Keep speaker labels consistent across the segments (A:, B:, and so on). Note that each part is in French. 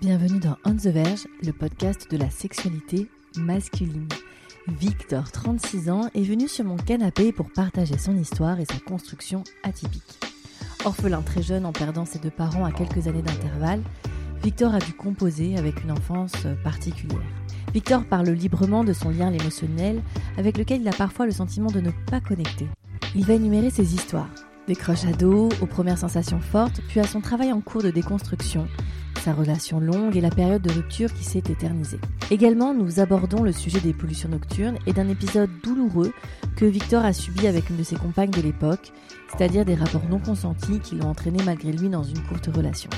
A: Bienvenue dans On the Verge, le podcast de la sexualité masculine. Victor, 36 ans, est venu sur mon canapé pour partager son histoire et sa construction atypique. Orphelin très jeune en perdant ses deux parents à quelques années d'intervalle, Victor a dû composer avec une enfance particulière. Victor parle librement de son lien émotionnel avec lequel il a parfois le sentiment de ne pas connecter. Il va énumérer ses histoires, des crushs ados, aux premières sensations fortes, puis à son travail en cours de déconstruction, sa relation longue et la période de rupture qui s'est éternisée. Également, nous abordons le sujet des pollutions nocturnes et d'un épisode douloureux que Victor a subi avec une de ses compagnes de l'époque, c'est-à-dire des rapports non consentis qui l'ont entraîné malgré lui dans une courte relation.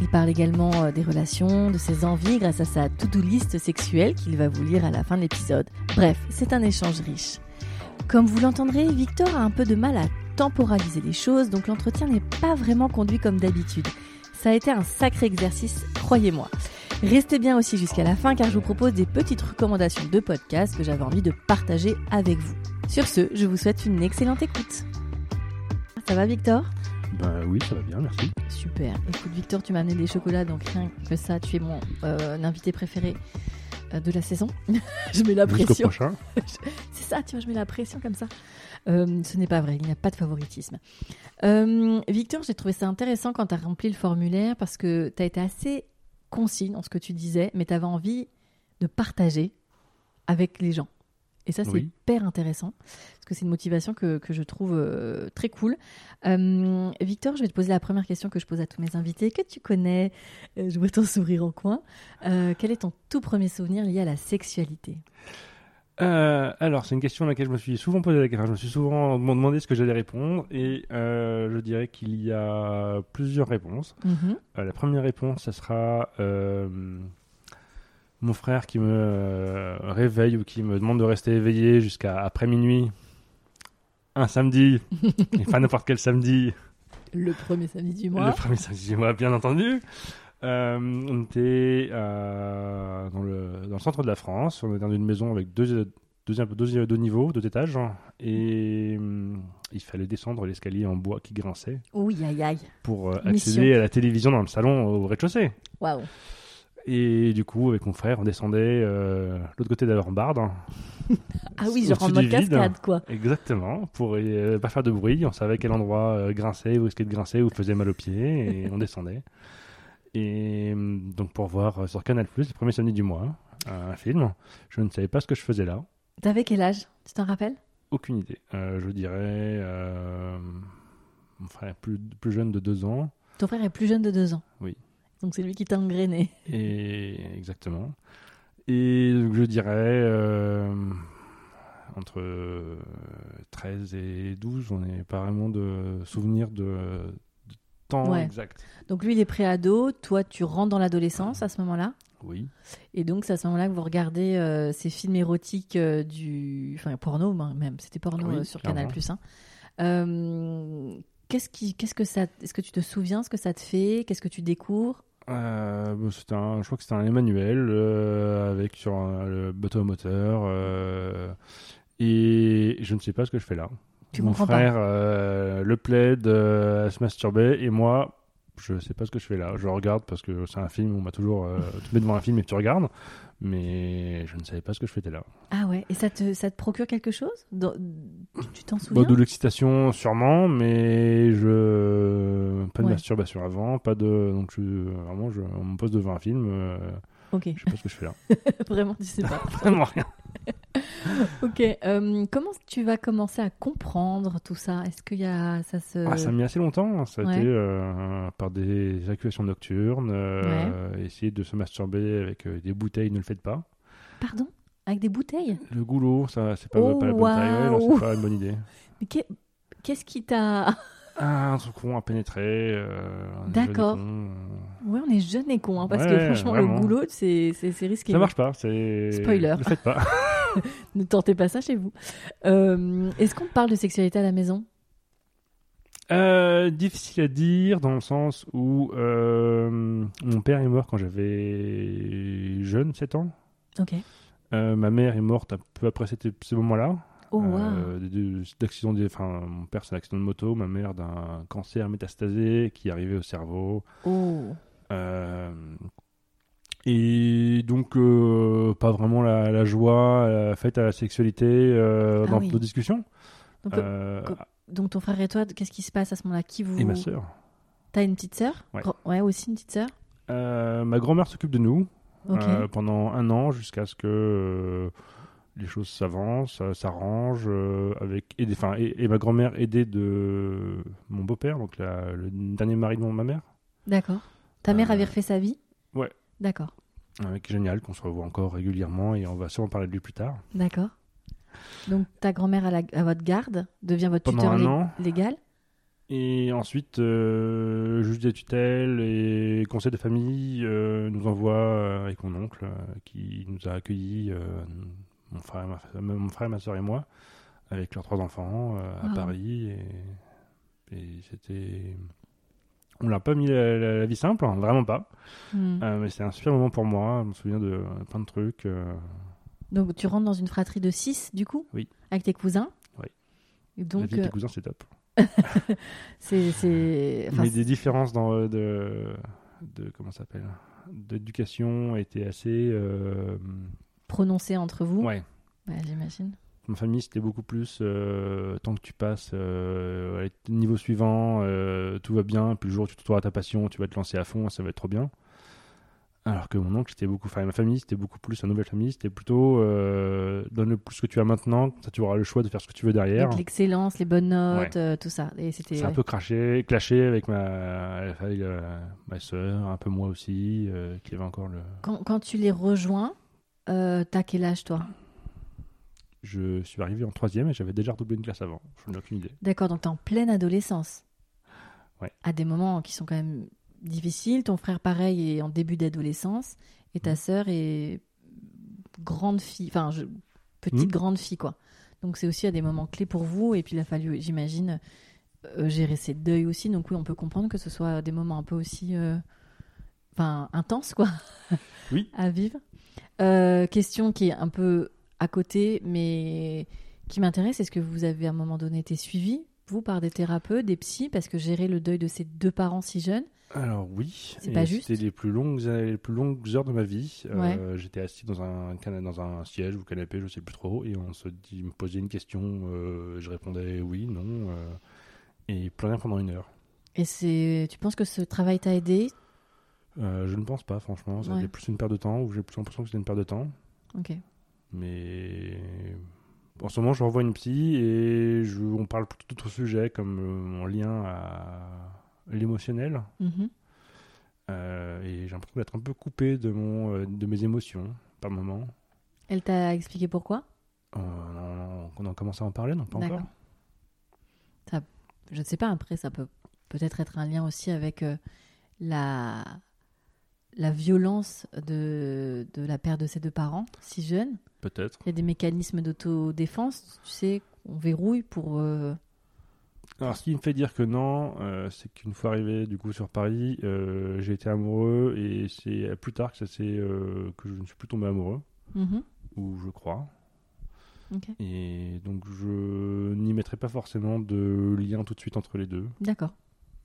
A: Il parle également euh, des relations, de ses envies grâce à sa to-do list sexuelle qu'il va vous lire à la fin de l'épisode. Bref, c'est un échange riche. Comme vous l'entendrez, Victor a un peu de mal à temporaliser les choses, donc l'entretien n'est pas vraiment conduit comme d'habitude. Ça a été un sacré exercice, croyez-moi. Restez bien aussi jusqu'à la fin car je vous propose des petites recommandations de podcasts que j'avais envie de partager avec vous. Sur ce, je vous souhaite une excellente écoute. Ça va Victor
B: Bah oui, ça va bien, merci.
A: Super. Écoute Victor, tu m'as amené des chocolats, donc rien que ça, tu es mon euh, invité préféré euh, de la saison. je mets la
B: Jusqu'au
A: pression.
B: prochain.
A: C'est ça, tu vois, je mets la pression comme ça. Euh, ce n'est pas vrai, il n'y a pas de favoritisme. Euh, Victor, j'ai trouvé ça intéressant quand tu as rempli le formulaire parce que tu as été assez consigne en ce que tu disais, mais tu avais envie de partager avec les gens. Et ça, c'est
B: Oui.
A: hyper intéressant parce que c'est une motivation que, que je trouve euh, très cool. Euh, Victor, je vais te poser la première question que je pose à tous mes invités que tu connais. Euh, je vois ton sourire en coin. Euh, quel est ton tout premier souvenir lié à la sexualité
B: Euh, alors, c'est une question à laquelle je me suis souvent posé la question. Je me suis souvent demandé ce que j'allais répondre et euh, je dirais qu'il y a plusieurs réponses.
A: Mhm.
B: Euh, la première réponse, ça sera euh, mon frère qui me euh, réveille ou qui me demande de rester éveillé jusqu'à après minuit. Un samedi, et pas n'importe quel samedi,
A: Le premier samedi du
B: Le premier samedi du mois, bien entendu. Euh, on était euh, dans, le, dans le centre de la France. On était dans une maison avec deux, deux, deux- deux niveaux, deux étages. Et hum, il fallait descendre l'escalier en bois qui grinçait
A: Oui, aïe, aïe.
B: pour euh,
A: Mission.
B: accéder à la télévision dans le salon au rez-de-chaussée.
A: Waouh.
B: Et du coup, avec mon frère, on descendait euh, l'autre côté de la rambarde.
A: Ah oui, genre en
B: Au-dessus
A: mode
B: du vide.
A: cascade, quoi.
B: Exactement, pour euh, pas faire de bruit, on savait quel endroit euh, grinçait, où risquait de grincer, où faisait mal aux pieds, et on descendait. Et euh, donc pour voir euh, sur Canal+, le premier samedi du mois, euh, un film, je ne savais pas ce que je faisais là,
A: T'avais quel âge Tu t'en rappelles
B: aucune idée. Euh, je dirais, euh, mon frère est plus, plus jeune de deux ans,
A: Ton frère est plus jeune de deux ans.
B: Oui.
A: Donc c'est lui qui t'a engrainé.
B: et exactement. Et donc je dirais, euh, entre euh, 13 et 12, on n'est pas vraiment de souvenirs de, de temps
A: Ouais.
B: exact.
A: Donc lui, il est pré-ado. Toi, tu rentres dans l'adolescence à ce moment-là.
B: Oui.
A: Et donc, c'est à ce moment-là que vous regardez euh, ces films érotiques euh, du. Enfin, porno, ben, même. C'était porno
B: Oui,
A: euh, sur
B: clairement.
A: Canal Plus. Euh, Qu'est-ce qui, qu'est-ce que ça, est-ce que tu te souviens ce que ça te fait Qu'est-ce que tu découvres
B: Euh, bah, c'était un, je crois que c'était un Emmanuel euh, avec sur un- le bateau à moteur. euh, et je ne sais pas ce que je fais là.
A: Tu
B: Mon
A: comprends
B: frère euh, le plaide euh, à se masturber et moi, je ne sais pas ce que je fais là. Je regarde parce que c'est un film, on m'a toujours. euh, tu mets devant un film et tu regardes. Mais je ne savais pas ce que je faisais là.
A: pas Ah ouais. Et ça te, ça te procure quelque chose Dans- Tu- Tu t'en
B: Bon,
A: souviens
B: Bah, de l'excitation sûrement, mais je pas de
A: Ouais.
B: masturbation avant, pas de donc je, vraiment je, on me pose devant un film, euh,
A: Ok.
B: je sais pas ce que je fais là,
A: Vraiment, tu sais pas.
B: vraiment rien.
A: Ok, euh, comment tu vas commencer à comprendre tout ça Est-ce qu'il y a ça se
B: Ah, ça a mis assez longtemps. Ça a
A: Euh. Ouais.
B: été euh, par des évacuations nocturnes, euh, essayer de se masturber avec euh, des bouteilles, ne le faites pas.
A: pardon avec des bouteilles
B: Le goulot, ça, c'est pas,
A: Oh,
B: pas la bonne taille, ouais, non,
A: waouh.
B: c'est pas une bonne idée.
A: Mais qu'est- Qu'est-ce qui t'a
B: Ah, un truc rond à pénétrer. euh, un jeu
A: D'accord.
B: de con,
A: Ouais, on est jeune et con hein, parce que
B: Ouais,
A: franchement
B: vraiment.
A: le goulot c'est c'est- c'est
B: euh.
A: risqué.
B: Ça marche pas, c'est.
A: Spoiler.
B: Ne faites pas.
A: Ne tentez pas ça chez vous. Euh, Est-ce qu'on parle de sexualité à la maison
B: Euh, difficile à dire dans le sens où euh, mon père est mort quand j'avais jeune, 7 ans.
A: Ok.
B: Euh, ma mère est morte un peu après cette- ce moment-là.
A: Oh wow.
B: Euh, des- des- d'accidents des- enfin, mon père, c'est un accident de moto, ma mère, euh, d'un cancer métastasé qui arrivait au cerveau.
A: Oh.
B: Euh, Et donc, euh, pas vraiment la, la joie la fête à la sexualité euh,
A: Ah
B: dans
A: oui.
B: nos discussions.
A: Donc,
B: Euh,
A: co- donc ton frère et toi, qu'est-ce qui se passe à ce moment-là Qui vous
B: et ma sœur.
A: T'as une petite sœur
B: Ouais.
A: Grand- ouais, aussi une petite sœur.
B: Euh, ma grand-mère s'occupe de nous
A: Ok.
B: euh, pendant un an jusqu'à ce que euh, les choses s'avancent, euh, s'arrangent. euh, avec aidé- enfin, et, et ma grand-mère aidée de mon beau-père, donc la- le dernier mari de mon- ma mère.
A: D'accord. Ta mère
B: Euh,
A: avait refait sa vie
B: ouais.
A: D'accord.
B: Un mec génial qu'on se revoit encore régulièrement et on va sûrement parler de lui plus tard.
A: D'accord. Donc ta grand-mère à, la- à votre garde devient votre
B: Pendant
A: tuteur
B: un
A: lég-
B: an.
A: légal
B: Et ensuite, euh, juge des tutelles et conseil de famille euh, nous envoie euh, avec mon oncle euh, qui nous a accueillis, euh, mon, frère, et ma, mon frère, ma soeur et moi, avec leurs trois enfants euh, à
A: Wow.
B: Paris. Et, et c'était. On l'a pas mis la, la- la vie simple, hein, vraiment pas.
A: Hmm.
B: Euh, mais c'était un super moment pour moi. Je me souviens de euh, plein de trucs. euh,
A: Donc tu rentres dans une fratrie de 6 du coup
B: Oui.
A: Avec tes cousins
B: Oui.
A: Et
B: la
A: Donc
B: vie
A: euh,
B: des cousins, c'est top.
A: c'est c'est enfin,
B: mais des différences dans, euh, de, de comment ça s'appelle d'éducation étaient assez euh,
A: c'est prononcé entre vous.
B: ouais
A: Bah, J'imagine.
B: ma famille c'était beaucoup plus euh, tant que tu passes euh, allez, niveau suivant euh, tout va bien puis le jour où tu te trouveras ta passion tu vas te lancer à fond ça va être trop bien alors que mon oncle c'était beaucoup enfin ma famille c'était beaucoup plus la nouvelle famille c'était plutôt euh, donne le plus que tu as maintenant comme ça tu auras le choix de faire ce que tu veux derrière
A: Donc l'excellence, les bonnes notes, euh, tout ça. Et c'était
B: C'est un
A: ouais.
B: peu craché, clashé avec ma, avec, euh, ma soeur, un peu moi aussi, euh, qui avait encore le.
A: quand, quand tu les rejoins, euh, t'as quel âge toi
B: Je suis arrivé en troisième et j'avais déjà redoublé une classe avant. Je n'ai aucune idée.
A: D'accord, donc t'es en pleine adolescence.
B: Ouais.
A: À des moments qui sont quand même difficiles. Ton frère, pareil, est en début d'adolescence. Et ta
B: Mhm.
A: sœur est grande fille, enfin, je- petite
B: Mhm.
A: grande fille, quoi. Donc c'est aussi à des moments clés pour vous. Et puis il a fallu, j'imagine, euh, gérer ses deuils aussi. Donc oui, on peut comprendre que ce soit des moments un peu aussi. euh, Enfin, intenses, quoi.
B: Oui.
A: à vivre. Euh, question qui est un peu à côté, mais qui m'intéresse, est-ce que vous avez à un moment donné été suivi, vous, par des thérapeutes, des psys, parce que gérer le deuil de ces deux parents si jeunes
B: Alors oui,
A: C'est
B: et
A: pas juste.
B: C'était les plus longues, euh, les plus longues heures de ma vie. Euh,
A: Ouais.
B: J'étais assis dans un cana- dans un siège ou canapé, je sais plus trop, et on se dit, me posait une question, euh, je répondais oui, non, euh, et plus rien pendant une heure.
A: Et c'est, tu penses que ce travail t'a aidé
B: Euh, je ne pense pas, franchement. C'était
A: Ouais.
B: plus une perte de temps, ou j'ai plus l'impression que c'était une perte de temps.
A: Ok.
B: Mais en ce moment, je revois une psy et je, on parle plutôt d'autres sujets comme euh, mon lien à l'émotionnel.
A: Mhm.
B: Euh, et j'ai l'impression d'être un peu coupé de, mon, euh, de mes émotions par moment.
A: Elle t'a expliqué pourquoi
B: On, on, on a commencé à en parler, non pas
A: D'accord.
B: encore
A: Ça- Je ne sais pas, après, ça peut peut-être être un lien aussi avec euh, la, la violence de, de la perte de ces deux parents si jeunes.
B: Peut-être.
A: Il y a des mécanismes d'autodéfense, tu sais, on verrouille pour... euh,
B: Alors, ce qui me fait dire que non, euh, c'est qu'une fois arrivé du coup sur Paris, euh, j'ai été amoureux et c'est plus tard que ça s'est euh, que je ne suis plus tombé amoureux,
A: mhm.
B: ou je crois.
A: Ok.
B: Et donc je n'y mettrai pas forcément de lien tout de suite entre les deux,
A: D'accord.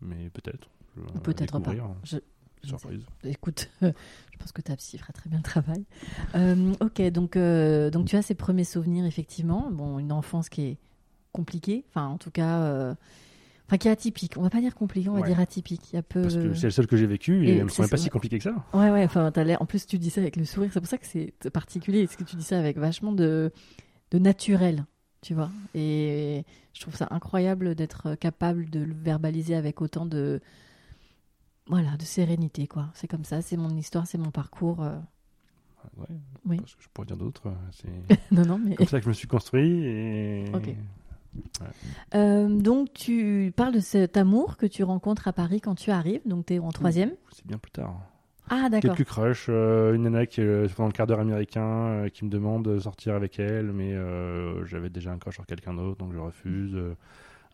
B: mais peut-être. Je-
A: Ou peut-être
B: à
A: pas.
B: découvrir.
A: Je- je ne sais
B: Surprise.
A: pas. Écoute, je pense que ta psy fera très bien le travail. Euh, ok, donc, euh, donc tu as ces premiers souvenirs, effectivement. Bon, une enfance qui est compliquée, enfin, en tout cas, euh, enfin, qui est atypique. On va pas dire compliquée, on va
B: Ouais.
A: dire atypique. Il y a peu.
B: Parce que c'est le seul que j'ai vécu
A: Euh, Et
B: et, elle me
A: c'est
B: semblait
A: ce-
B: pas si compliqué que ça.
A: Ouais, ouais, enfin, t'as l'air- En plus, tu dis ça avec le sourire, c'est pour ça que c'est particulier. Parce que tu dis ça avec vachement de, de naturel, tu vois. Et je trouve ça incroyable d'être capable de le verbaliser avec autant de. Voilà, de sérénité, quoi. C'est comme ça, c'est mon histoire, c'est mon parcours. euh.
B: Ouais,
A: Oui.
B: Parce que je pourrais dire d'autres. hein. C'est
A: Non, non, mais.
B: comme ça que je me suis construit et.
A: Ok. Euh, donc, tu parles de cet amour que tu rencontres à Paris quand tu arrives, donc t'es
B: Mmh.
A: en troisième.
B: C'est bien plus tard.
A: Ah, d'accord.
B: Quelques crushs, euh, une nana qui euh, pendant le quart d'heure américain euh, qui me demande de sortir avec elle, mais euh, j'avais déjà un crush sur quelqu'un d'autre, donc je refuse. Euh,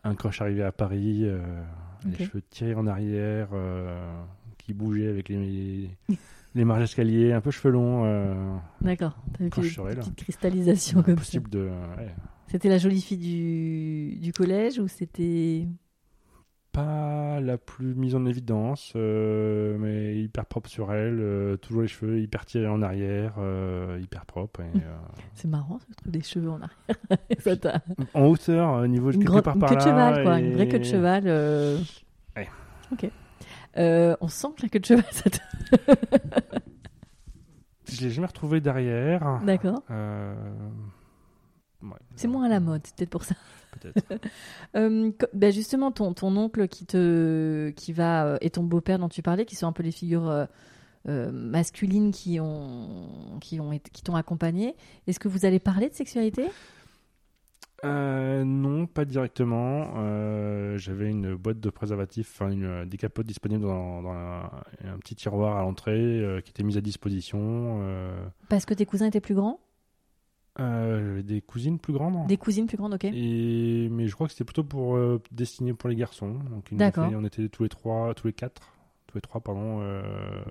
B: un crush arrivé à Paris, euh,
A: Mm. Ok.
B: les cheveux tirés en arrière, euh, qui bougeait avec les, les marges d'escalier, un peu cheveux longs. euh,
A: D'accord. T'as eu
B: Quand
A: des-
B: je serai
A: des
B: là.
A: petites cristallisations comme ça.
B: impossible de. ouais.
A: C'était la jolie fille du, du collège ou c'était.
B: pas la plus mise en évidence, euh, mais hyper propre sur elle, euh, toujours les cheveux hyper tirés en arrière, euh, hyper propre. et, euh,
A: C'est marrant ce truc des cheveux en arrière. Ça t'a-
B: en hauteur, au niveau
A: une,
B: quelque
A: grande-
B: part
A: une
B: par
A: queue de
B: là,
A: cheval, quoi. Une
B: et-
A: vraie queue de cheval. euh.
B: Ouais.
A: Ok. Euh, on sent que la queue de cheval, ça te...
B: Je l'ai jamais retrouvé derrière.
A: D'accord.
B: Euh, ouais.
A: C'est moins à la mode, c'est peut-être pour ça.
B: Peut-être.
A: Euh, co- ben justement, ton, ton oncle qui te, qui va, euh, et ton beau-père dont tu parlais, qui sont un peu les figures euh, euh, masculines qui ont, qui ont, été- qui t'ont accompagné. Est-ce que vous allez parler de sexualité
B: Euh, non, pas directement. Euh, J'avais une boîte de préservatifs, enfin une, euh, des capotes disponibles dans, dans la- un petit tiroir à l'entrée euh, qui était mise à disposition. Euh,
A: Parce que tes cousins étaient plus grands,
B: euh, j'avais des cousines plus grandes.
A: des cousines plus grandes, ok.
B: Et, mais je crois que c'était plutôt pour euh, destiné pour les garçons. Donc ils nous ont
A: D'accord.
B: fait- on était tous les trois, tous les quatre, tous les trois pardon, euh,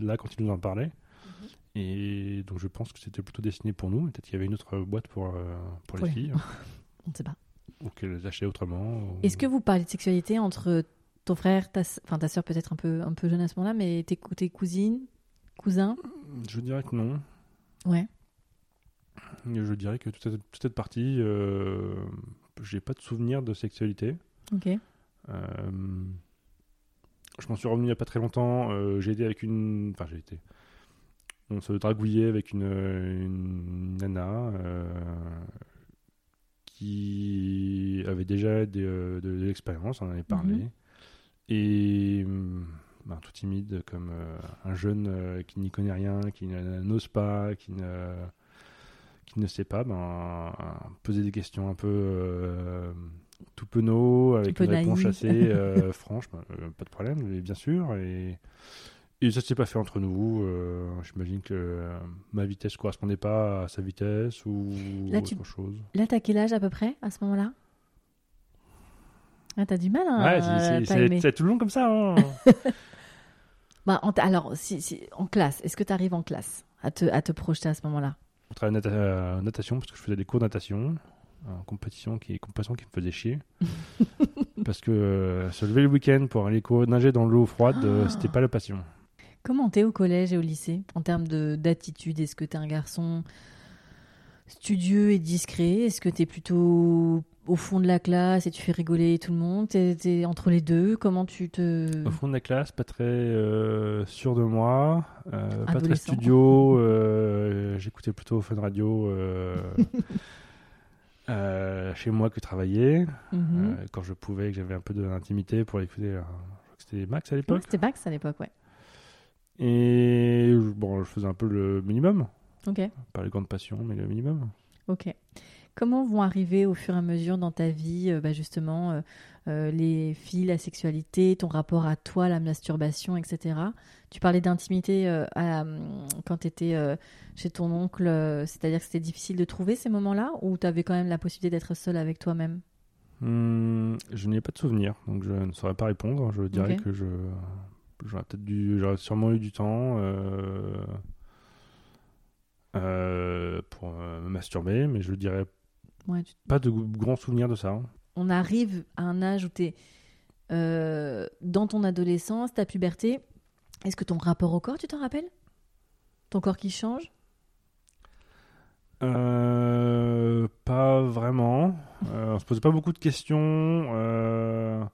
B: là quand ils nous en parlaient.
A: Mhm.
B: Et donc je pense que c'était plutôt destiné pour nous. mais Peut-être qu'il y avait une autre boîte pour, euh, pour
A: Pour
B: les
A: les-
B: filles
A: On ne sait pas.
B: ou qu'elles achetaient autrement. ou-
A: Est-ce que vous parlez de sexualité entre ton frère, ta, s- enfin ta sœur peut-être un peu, un peu jeune à ce moment-là, mais tes, cou- tes cousines, cousins
B: Je dirais que non.
A: Ouais.
B: Je dirais que toute cette, toute cette partie, euh, j'ai pas de souvenir de sexualité.
A: Ok.
B: Euh, je m'en suis revenu il n'y a pas très longtemps. euh, j'ai été avec une. Enfin, j'ai été. On se dragouillait avec une, une nana euh, qui avait déjà des, euh, de, de l'expérience, on en avait parlé.
A: Mhm.
B: Et. euh, ben, tout timide, comme euh, un jeune euh, qui n'y connaît rien, qui ne- n'ose pas, qui ne, qui ne sait pas, ben, poser des questions un peu euh, tout penaud, avec
A: peu
B: une réponse
A: naïf.
B: assez euh, franche, ben, euh, pas de problème, mais bien sûr. Et, et ça ne s'est pas fait entre nous. euh, J'imagine que euh, ma vitesse ne correspondait pas à sa vitesse ou
A: Là,
B: autre
A: tu-
B: chose.
A: Là, t'as quel âge à peu près à ce moment-là ah, T'as du mal hein,
B: ouais,
A: à
B: c'est- c'est-
A: timer.
B: c'est c'est tout le long comme ça. hein.
A: Bah, en- alors, si, si- en classe, est-ce que t'arrives en classe à te, à te projeter à ce moment-là
B: On travaillait nata- euh, natation parce que je faisais des cours de natation en compétition qui, compétition qui me faisait chier. parce que euh, se lever le week-end pour aller cour- nager dans l'eau froide, euh,
A: Ah.
B: c'était pas la passion.
A: Comment t'es au collège et au lycée en termes de- d'attitude Est-ce que t'es un garçon studieux et discret Est-ce que t'es plutôt au fond de la classe et tu fais rigoler tout le monde T'es t'es entre les deux Comment tu te
B: Au fond de la classe, pas très euh, sûr de moi, euh, pas très
A: Adolescent.
B: studio, euh, j'écoutais plutôt Fun Radio euh, euh, chez moi que travailler,
A: Mhm.
B: euh, quand je pouvais, que j'avais un peu de l'intimité pour écouter. euh, je crois que C'était Max à
A: Ouais,
B: l'époque.
A: C'était Bax à l'époque, ouais.
B: Et je- bon, je faisais un peu le minimum.
A: Ok,
B: Pas les grandes passions, mais le minimum.
A: ok. Comment vont arriver au fur et à mesure dans ta vie, euh, bah, justement, euh, euh, les filles, la sexualité, ton rapport à toi, la masturbation, etc. Tu parlais d'intimité euh, à, hum, quand tu étais chez ton oncle, euh, c'est-à-dire que c'était difficile de trouver ces moments-là ou tu avais quand même la possibilité d'être seule avec toi-même
B: Hmm, je n'ai pas de souvenir, donc je ne saurais pas répondre. Je dirais
A: Ok.
B: que je j'aurais peut-être dû, j'aurais sûrement eu du temps euh, euh, pour euh, me masturber, mais je dirais
A: Ouais, tu-
B: pas de grands souvenirs de ça.
A: on arrive à un âge où tu es dans ton adolescence, ta puberté. Est-ce que ton rapport au corps, tu t'en rappelles Ton corps qui change
B: Euh, pas vraiment. Euh, on se posait pas beaucoup de questions. Euh,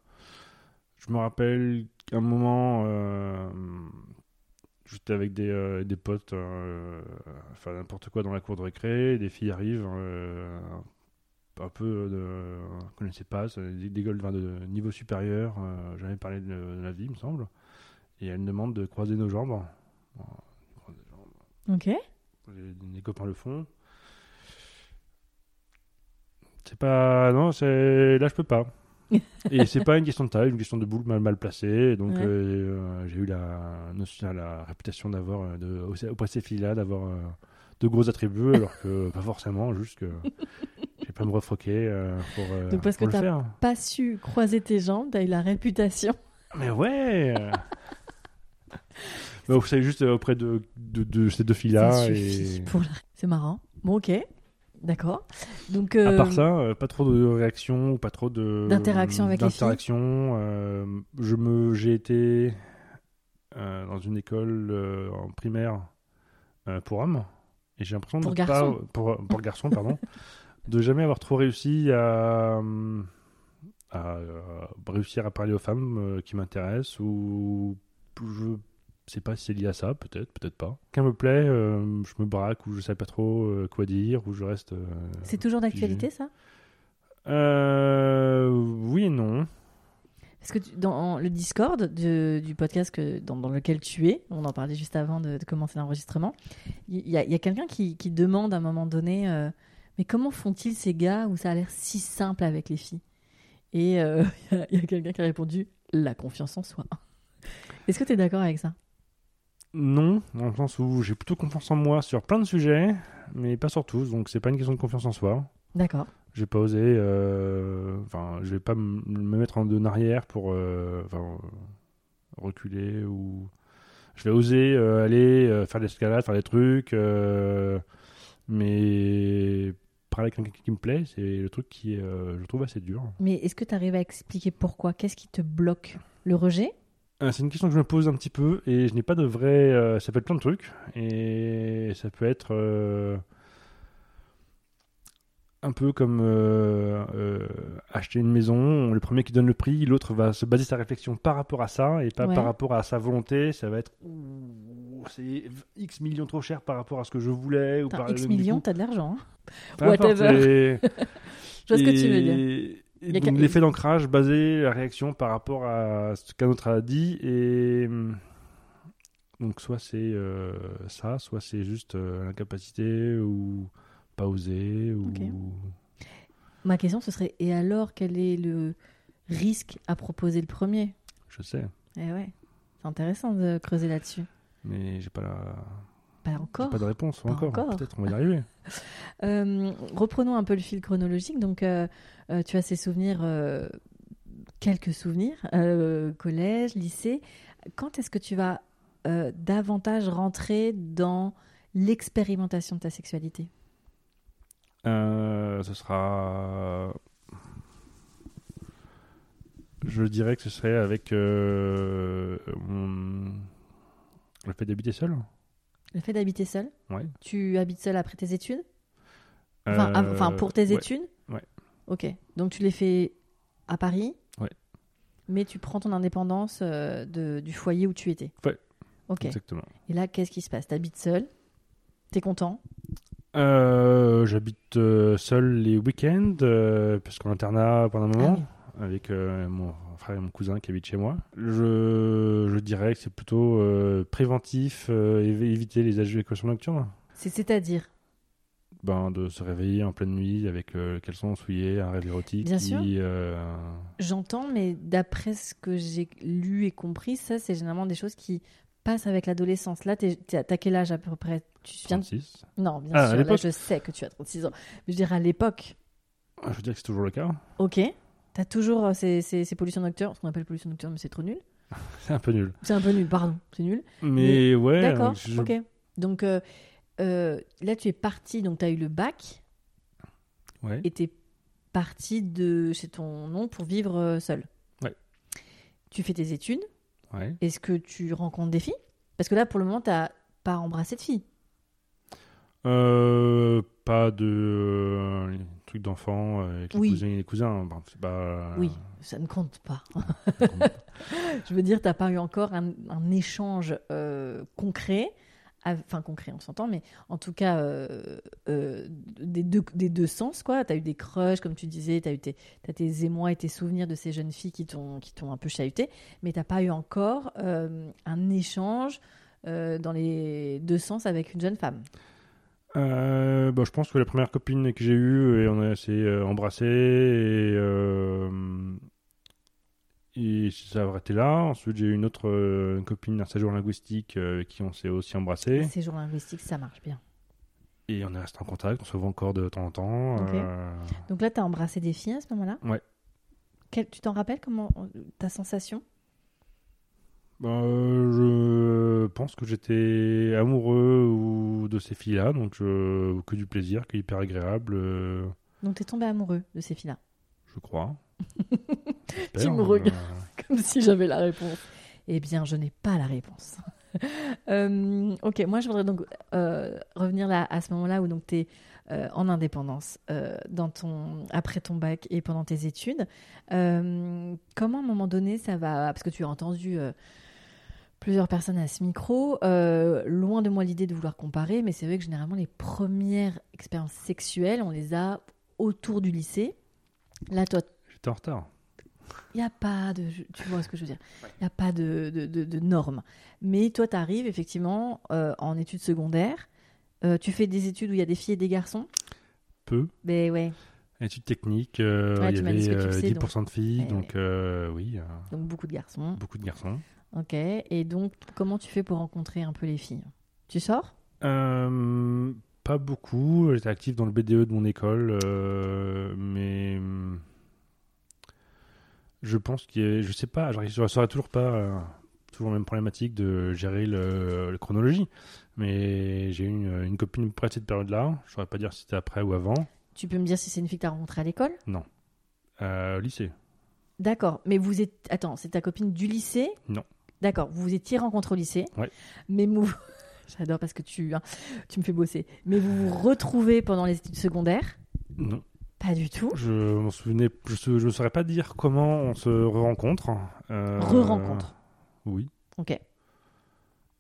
B: je me rappelle qu'à un moment, euh, j'étais avec des, euh, des potes, euh, enfin n'importe quoi dans la cour de récré, des filles arrivent, euh, un peu de. On connaissait pas, ça, des, des gueules enfin, de niveau supérieur. euh, J'avais parlé de, de la vie, il me semble. Et elles me demandent de croiser nos jambes. Bon, croiser les jambes
A: Ok.
B: les, les copains le font. C'est pas. Non, c'est. Là, je peux pas. Et c'est pas une question de taille, une question de boule mal, mal placée. Et Donc,
A: Ouais.
B: euh, j'ai eu la, notion- la réputation d'avoir. euh, de- au- Auprès de ces filles-là, d'avoir euh, de gros attributs, alors que pas forcément, juste que. J'ai pas me refroquer euh, pour, euh,
A: Donc, parce
B: pour
A: que
B: le
A: t'as-
B: faire.
A: pas su croiser tes jambes, t'as eu la réputation.
B: Mais ouais Bah, Mais Vous savez, juste euh, auprès de, de, de ces deux filles-là.
A: Ça
B: et...
A: suffit pour la- C'est marrant. Bon, ok. D'accord. Donc,
B: À
A: euh,
B: part ça, euh, pas trop de réactions, pas trop de
A: D'interaction avec les filles
B: d'interaction. Euh, je me, j'ai été euh, dans une école euh, en primaire euh, pour hommes et j'ai l'impression
A: Pour
B: de pas-
A: garçons.
B: pour pour garçons pardon de jamais avoir trop réussi à, euh, à, euh, réussir à parler aux femmes euh, qui m'intéressent ou je sais pas si c'est lié à ça peut-être peut-être pas. Quelqu'un me plaît, euh, je me braque ou je sais pas trop euh, quoi dire ou je reste. euh,
A: c'est toujours d'actualité, ça
B: euh, oui et non.
A: Parce que tu- dans le Discord de- du podcast que, dans, dans lequel tu es, on en parlait juste avant de, de commencer l'enregistrement, il y a, il y a quelqu'un qui, qui demande à un moment donné euh, Mais comment font-ils ces gars où ça a l'air si simple avec les filles Et euh, il y a- il y a, quelqu'un qui a répondu La confiance en soi. Est-ce que tu es d'accord avec ça
B: Non, dans le sens où j'ai plutôt confiance en moi sur plein de sujets, mais pas sur tous, donc c'est pas une question de confiance en soi.
A: D'accord.
B: J'ai pas osé. euh, Enfin, je vais pas m- me mettre en, en arrière pour euh, enfin, reculer ou. Je vais oser euh, aller euh, faire de l'escalade, faire des trucs, euh, mais parler avec quelqu'un qui me plaît, c'est le truc qui, euh, je trouve, assez dur.
A: Mais est-ce que tu arrives à expliquer pourquoi Qu'est-ce qui te bloque Le rejet
B: Euh, C'est une question que je me pose un petit peu et je n'ai pas de vrai. euh, ça peut être plein de trucs et ça peut être euh, un peu comme euh, euh, acheter une maison. Le premier qui donne le prix, l'autre va se baser sa réflexion par rapport à ça et pas
A: Ouais.
B: par rapport à sa volonté. Ça va être Ouh, c'est x millions trop cher par rapport à ce que je voulais ou
A: T'as
B: par
A: X
B: du
A: millions,
B: coup,
A: t'as de l'argent. hein.
B: peu importe,
A: whatever.
B: c'est-
A: Je vois ce que tu veux dire.
B: et
A: Y a
B: donc,
A: qu'à-
B: l'effet d'ancrage basé la réaction par rapport à ce qu'un autre a dit et hum, donc soit c'est euh, ça soit c'est juste euh, l'incapacité ou pas oser ou
A: Ok. Ma question, ce serait et alors quel est le risque à proposer le premier
B: je sais
A: Eh ouais, c'est intéressant de creuser là-dessus.
B: mais j'ai pas la...
A: Pas
B: j'ai
A: encore.
B: pas de réponse
A: Pas
B: encore,
A: encore.
B: peut-être on va y arriver
A: Euh, reprenons un peu le fil chronologique. Donc, euh, euh, tu as ces souvenirs, euh, quelques souvenirs, euh, collège, lycée. Quand est-ce que tu vas euh, davantage rentrer dans l'expérimentation de ta sexualité
B: Euh, ce sera je dirais que ce serait avec euh, mon- le fait d'habiter seul
A: Le fait d'habiter seul
B: Ouais.
A: Tu habites seul après tes études Enfin, av- enfin,
B: Euh,
A: pour tes
B: ouais.
A: études
B: ouais.
A: Ok. Donc tu les fais à Paris
B: Ouais.
A: Mais tu prends ton indépendance euh, de, du foyer où tu étais
B: Ouais.
A: Ok.
B: Exactement.
A: Et là, qu'est-ce qui se passe T'habites seul T'es content
B: Euh, J'habite euh, seul les week-ends, euh, parce qu'en internat pendant un
A: Ah
B: moment, avec euh, mon frère et mon cousin qui habitent chez moi. Je, je dirais que c'est plutôt euh, préventif, euh, évi- éviter les évacuations nocturnes.
A: C'est- C'est-à-dire
B: Ben, de se réveiller en pleine nuit avec euh, le caleçon souillé, un rêve érotique.
A: Bien
B: qui,
A: sûr.
B: euh,
A: J'entends, mais d'après ce que j'ai lu et compris, ça, c'est généralement des choses qui passent avec l'adolescence. Là, t'es- t'es- t'as quel âge à peu près Tu viens de-
B: 36.
A: Non, bien
B: Ah, à
A: sûr, là,
B: l'époque.
A: je sais que tu as 36 ans. Mais je dirais à l'époque,
B: Ah, Je veux dire que c'est toujours le cas.
A: ok, t'as toujours euh, ces, ces- ces pollutions nocturnes, ce qu'on appelle pollution nocturne, mais c'est trop nul.
B: C'est un peu nul.
A: C'est un peu nul, pardon, c'est nul.
B: Mais, ouais,
A: D'accord,
B: je-
A: ok. Donc euh, euh, là, tu es parti, donc tu as eu le bac
B: ouais.
A: et tu es parti de chez ton nom pour vivre euh, seul.
B: Ouais.
A: Tu fais tes études.
B: ouais.
A: Est-ce que tu rencontres des filles Parce que là, pour le moment, tu pas embrassé de filles.
B: Euh, pas de euh, truc d'enfant euh, avec les
A: Oui.
B: cousins et les cousins. Ben, c'est pas-
A: Oui, ça ne compte pas.
B: ça compte pas.
A: Je veux dire, tu pas eu encore un, un échange euh, concret. av- Enfin, concret, on s'entend, mais en tout cas, euh, euh, des, deux, des deux sens, quoi. Tu as eu des crushs, comme tu disais, tu as eu tes, t'as tes émois et tes souvenirs de ces jeunes filles qui t'ont qui t'ont un peu chahuté, mais tu pas eu encore euh, un échange euh, dans les deux sens avec une jeune femme.
B: Euh, bah, je pense que la première copine que j'ai eue, et on a s'est euh, embrassé et, euh, et ça a arrêté là. Ensuite, j'ai eu une autre euh, une copine d'un séjour linguistique euh, avec qui on s'est aussi embrassé
A: Ces jours linguistiques, ça marche bien.
B: et on est resté en contact. On se voit encore de temps en temps.
A: Ok.
B: euh,
A: Donc là, tu as embrassé des filles à ce moment-là
B: Ouais.
A: Quel- tu t'en rappelles comment ta sensation
B: Bah, Euh, je pense que j'étais amoureux ou de ces filles-là, donc euh, que du plaisir, que hyper agréable, euh,
A: Donc t'es tombé amoureux de ces filles-là.
B: je crois. hein.
A: Tu me regardes. Comme si j'avais la réponse. Eh bien, je n'ai pas la réponse. Euh, ok, moi je voudrais donc euh, revenir là à ce moment-là où donc tu es en indépendance euh, dans ton après ton bac et pendant tes études. Euh, comment à un moment donné ça va parce que tu as entendu euh, plusieurs personnes à ce micro, euh, loin de moi l'idée de vouloir comparer, mais c'est vrai que généralement les premières expériences sexuelles, on les a autour du lycée. Là, toi,
B: J'étais en retard.
A: il n'y a pas de. je- Tu vois ce que je veux dire Il n'y a pas de, de, de- de normes. Mais toi, tu arrives effectivement euh, en études secondaires. Euh, tu fais des études où il y a des filles et des garçons
B: Peu.
A: Ben ouais.
B: Études techniques, euh,
A: Ouais,
B: il y
A: tu m'as dit
B: avait
A: ce que tu
B: euh,
A: sais,
B: 10% de filles,
A: Ouais,
B: donc euh, oui, euh,
A: Donc beaucoup de garçons.
B: beaucoup de garçons.
A: Ok. Et donc, comment tu fais pour rencontrer un peu les filles Tu sors
B: Euh, pas beaucoup. J'étais actif dans le BDE de mon école, euh, mais hum, je pense qu'il y a- je sais pas, j'arrive- je saurais toujours pas euh, toujours la même problématique de gérer le, la chronologie. Mais j'ai eu une, une copine près de cette période-là. Je saurais pas dire si c'était après ou avant.
A: Tu peux me dire si c'est une fille que tu as rencontrée à l'école
B: Euh, lycée.
A: D'accord. Mais vous êtes. Attends, c'est ta copine du lycée
B: Non.
A: D'accord. Vous vous étiez rencontrés au lycée.
B: Ouais.
A: Mais vous. J'adore parce que tu, hein, tu me fais bosser. Mais vous vous retrouvez pendant les études secondaires
B: Non.
A: Pas du tout.
B: Je m'en souvenais, je ne saurais pas dire comment on se re-rencontre. Euh,
A: Re-rencontre.
B: Oui.
A: Ok.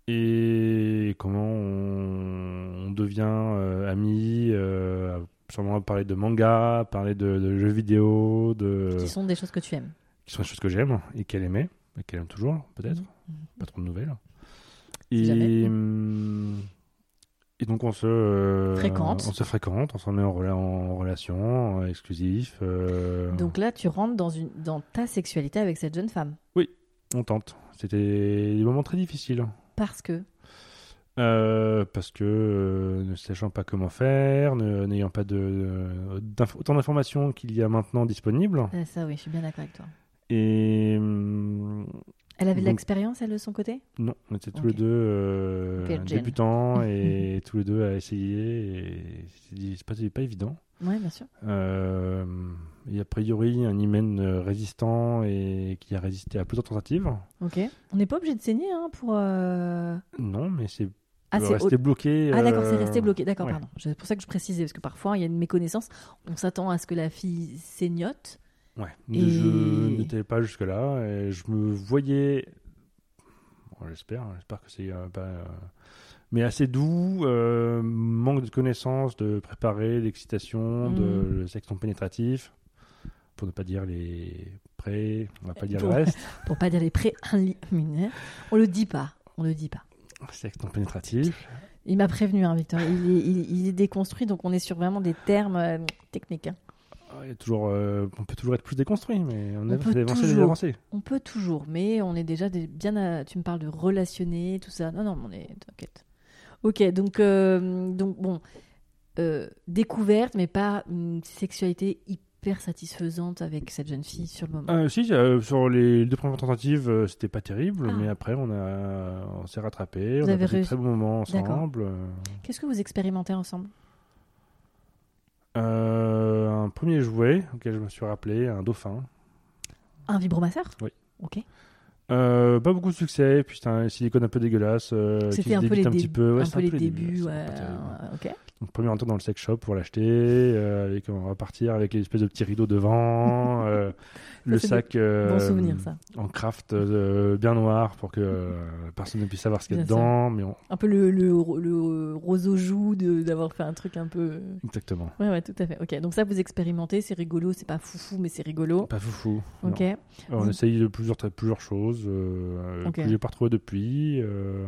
B: Et comment on, on devient euh, amis, euh, sûrement parler de manga, parler de, de jeux vidéo, de,
A: Qui sont des choses que tu aimes.
B: qui sont des choses que j'aime et qu'elle aimait, et qu'elle aime toujours, peut-être.
A: Mhm.
B: Pas trop de nouvelles.
A: Jamais.
B: Et, hum, et donc on se euh,
A: Fréquente.
B: On se fréquente, on se met en, rela- en relation, euh, exclusif. euh,
A: Donc là, tu rentres dans, une, dans ta sexualité avec cette jeune femme.
B: On tente. C'était des moments très difficiles.
A: Parce que.
B: Euh, parce que euh, ne sachant pas comment faire, ne- n'ayant pas de, euh, d'inf- autant d'informations qu'il y a maintenant disponibles.
A: Ah, ça, oui, je suis bien d'accord avec toi.
B: Et hum,
A: Elle avait de
B: Donc-
A: l'expérience, elle, de son côté
B: non, on était tous
A: Ok.
B: les deux euh,
A: Père Jen.
B: débutants et tous les deux à essayer. et c'était- C'est pas, c'était pas évident.
A: Oui, bien sûr.
B: Euh, et a priori, un hymen euh, résistant et qui a résisté à plusieurs tentatives.
A: Ok. On n'est pas obligé de saigner hein, pour. euh,
B: Non, mais c'est
A: Ah, c'est
B: resté bloqué.
A: Ah d'accord,
B: euh,
A: c'est resté bloqué. D'accord,
B: ouais.
A: pardon. Je- C'est pour ça que je précisais parce que parfois il y a une méconnaissance. On s'attend à ce que la fille saignote.
B: Ouais, mais
A: Et-
B: je n'étais pas jusque-là et je me voyais, bon, j'espère, hein, j'espère que c'est euh, pas. euh, Mais assez doux, euh, manque de connaissances, de préparer, d'excitation,
A: Mhm.
B: de le sexe non pénétratif, pour ne pas dire les pré, on va pas dire le
A: Pour-
B: reste,
A: Pour pas dire les préliminaires, on le dit pas. On le dit pas.
B: sexe non pénétratif.
A: Il m'a prévenu, hein, Victor. Il est, il- il est déconstruit, donc on est sur vraiment des termes euh, techniques. hein.
B: Ah, il y a toujours, euh, on peut toujours être plus déconstruit, mais on,
A: On
B: a
A: peut
B: avancé,
A: toujours.
B: avancé.
A: On peut toujours, mais on est déjà des- bien. à- tu me parles de relationner, tout ça. Non, non, mais on est. T'inquiète. Ok, donc, euh, donc bon, euh, découverte, mais pas une sexualité hyper satisfaisante avec cette jeune fille sur le moment.
B: Euh, si, euh, sur les deux premières tentatives, euh, c'était pas terrible,
A: Ah.
B: mais après, on, a, on s'est rattrapé,
A: Vous
B: on a
A: avez
B: passé de
A: réussi.
B: très bons moments
A: D'accord.
B: ensemble. euh,
A: Qu'est-ce que vous expérimentez ensemble
B: euh, un premier jouet auquel je me suis rappelé, un dauphin.
A: Un vibromasseur
B: Oui.
A: Ok.
B: Euh, pas beaucoup de succès, puis c'était un silicone un peu dégueulasse. euh, qui
A: C'était
B: se
A: un peu
B: débite
A: les,
B: petit
A: débuts.
B: peu. Ouais,
A: un
B: c'était
A: peu les
B: débuts,
A: débuts.
B: c'était
A: ouais,
B: pas terrible.
A: ok.
B: Donc, premier entrée dans le sex shop pour l'acheter, euh, avec, on va partir avec l'espèce de petit rideau devant, euh, le
A: c'est
B: sac euh,
A: Bon souvenir, ça.
B: en craft euh, bien noir pour que euh, personne ne puisse savoir ce qu'il y a
A: Bien sûr.
B: dedans, mais on-
A: Un peu le, le, le roseau-joue de- d'avoir fait un truc un peu.
B: exactement.
A: Ouais, ouais, tout à fait. Ok, donc ça, vous expérimentez, c'est rigolo, c'est pas foufou, mais c'est rigolo.
B: Pas foufou.
A: Oh.
B: non.
A: Ok.
B: Euh, On
A: Vous-
B: essaye de plusieurs, tra- plusieurs choses euh,
A: Ok.
B: que j'ai pas retrouvées depuis. euh,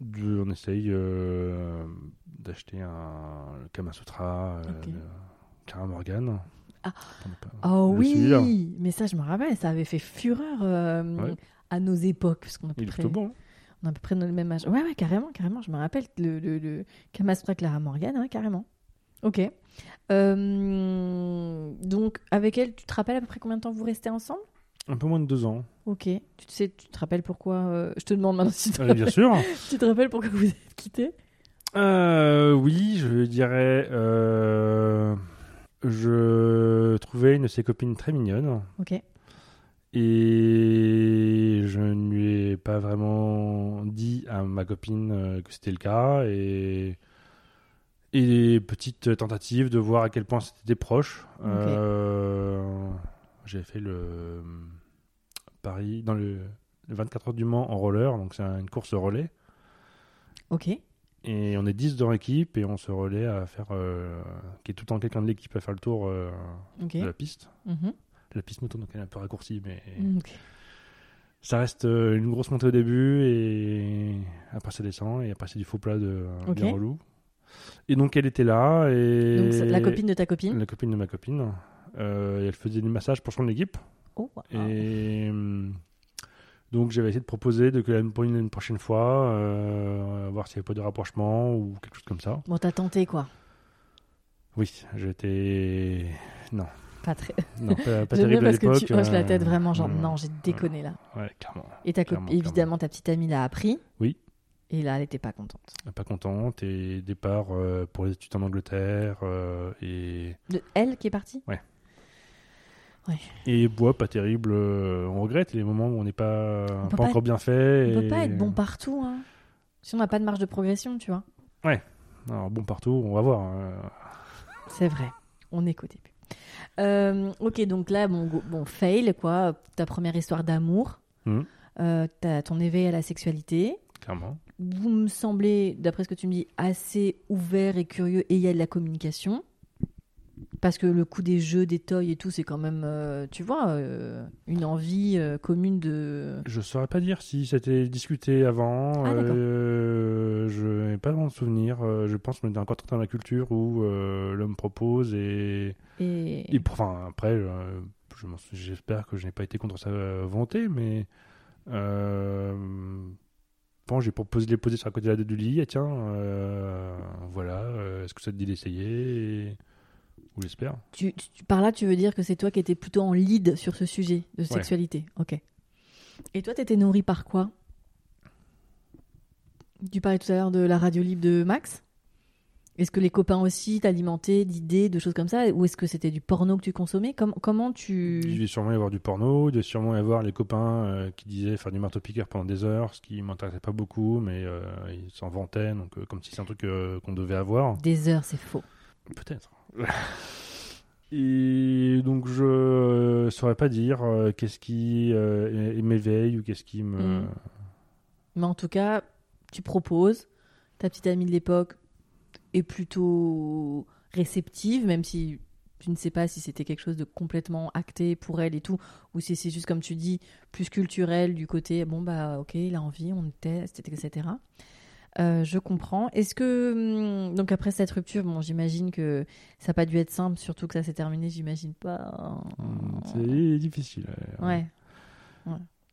B: de- on essaye euh, d'acheter un le Kama Sutra, euh,
A: Ok.
B: le Karam Organ.
A: Ah.
B: Pour ne pas-
A: Oh
B: Le celui-là.
A: oui Mais ça, je me rappelle, ça avait fait fureur euh,
B: Ouais.
A: à nos époques, parce qu'on a à peu
B: Il est
A: près.
B: plutôt bon. hein.
A: On a à peu près le même âge. Ouais, ouais, carrément, carrément. Je me rappelle le, le, le Kamasutra Clara Morgan, ouais, carrément. Ok. Euh, donc, avec elle, tu te rappelles à peu près combien de temps vous restez ensemble
B: Un peu moins de deux ans.
A: Ok. Tu te sais, tu te rappelles pourquoi euh, Je te demande maintenant si tu te,
B: Euh,
A: rappelles,
B: bien sûr.
A: tu te rappelles pourquoi vous êtes quittés.
B: Euh, oui, je dirais. euh, je trouvais une de ses copines très mignonne
A: Ok.
B: et je ne lui ai pas vraiment dit à ma copine euh, que c'était le cas et et petite tentative de voir à quel point c'était des proches.
A: Ok.
B: Euh, J'ai fait le euh, Paris dans le, le 24 heures du Mans en roller, donc c'est une course relais.
A: Ok.
B: Et on est 10 dans l'équipe et on se relaie à faire. euh, qui est tout le temps quelqu'un de l'équipe à faire le tour euh,
A: Ok.
B: de la piste.
A: Mhm.
B: La piste moto, donc elle est un peu raccourcie, mais
A: Ok.
B: ça reste euh, une grosse montée au début et après ça descend et après c'est du faux plat de euh,
A: Ok.
B: bien relou. Et donc elle était là et.
A: Donc, c'est la copine de ta copine.
B: La copine de ma copine. Euh, et elle faisait des massages pour son équipe.
A: Oh, wow.
B: Et. euh, donc j'avais essayé de proposer de que la pour une, une prochaine fois, euh, voir s'il n'y avait pas de rapprochement ou quelque chose comme ça.
A: Bon, t'as tenté quoi
B: Oui, j'étais.
A: Pas très.
B: Non, pas, pas
A: J'aime bien
B: terrible à
A: parce
B: l'époque.
A: que tu hoches la tête
B: euh,
A: vraiment, genre non, j'ai déconné là.
B: Ouais, clairement.
A: Et ta copine,
B: Clairement,
A: évidemment, ta petite amie l'a appris.
B: Oui.
A: Et là, elle n'était pas contente.
B: Ah, Pas contente et départ euh, pour les études en Angleterre euh, et.
A: De elle qui est partie
B: Et bois, pas terrible. euh, on regrette les moments où on n'est pas,
A: On peut
B: pas,
A: pas
B: encore bien fait.
A: On
B: et-
A: peut pas être bon partout, hein. Si on n'a pas de marge de progression, tu vois.
B: Alors, Ah, bon partout, on va voir. hein.
A: C'est vrai. On est qu'au début. Euh, ok, donc là, bon, go- bon, fail, quoi. Ta première histoire d'amour.
B: Mhm.
A: Euh, t'as ton éveil à la sexualité.
B: clairement.
A: Vous me semblez, d'après ce que tu me dis, assez ouvert et curieux et il y a de la communication. Parce que le coup des jeux, des toys et tout, c'est quand même, euh, tu vois, euh, une envie euh, commune de.
B: Je saurais pas dire si c'était discuté avant.
A: Ah, d'accord.
B: euh, je n'ai pas vraiment de souvenir. euh, je pense qu'on était encore trop dans la culture où euh, l'homme propose et.
A: Et,
B: Et pour- enfin, après, euh, je m'en sou- j'espère que je n'ai pas été contre sa euh, volonté, mais euh, bon, j'ai proposé de les poser sur la côté de la- du lit. Et tiens, euh, voilà, euh, est-ce que ça te dit d'essayer Et- Ou j'espère.
A: tu, tu- tu- par là, tu veux dire que c'est toi qui étais plutôt en lead sur ce sujet de sexualité. Ok. Et toi, t'étais nourri par quoi Tu parlais tout à l'heure de la radio libre de Max Est-ce que les copains aussi t'alimentaient d'idées, de choses comme ça Ou est-ce que c'était du porno que tu consommais Comme- Comment
B: Il
A: tu.
B: devait sûrement y avoir du porno, il devait sûrement y avoir les copains euh, qui disaient faire du marteau-piqueur pendant des heures, ce qui m'intéressait pas beaucoup, mais euh, ils s'en vantaient, donc euh, comme si c'est un truc euh, qu'on devait avoir.
A: Des heures, c'est faux.
B: Peut-être. Et donc je euh, saurais pas dire euh, qu'est-ce qui euh, é- m'éveille ou qu'est-ce qui me.
A: Mm. Mais en tout cas, tu proposes. Ta petite amie de l'époque est plutôt réceptive, même si tu ne sais pas si c'était quelque chose de complètement acté pour elle et tout, ou si c'est juste, comme tu dis, plus culturel du côté, bon, bah ok, il a envie, on le teste, etc. Euh, je comprends. Est-ce que, hum, donc après cette rupture, bon, j'imagine que ça n'a pas dû être simple, surtout que ça s'est terminé, j'imagine pas.
B: Mm, C'est difficile. euh,
A: Ouais.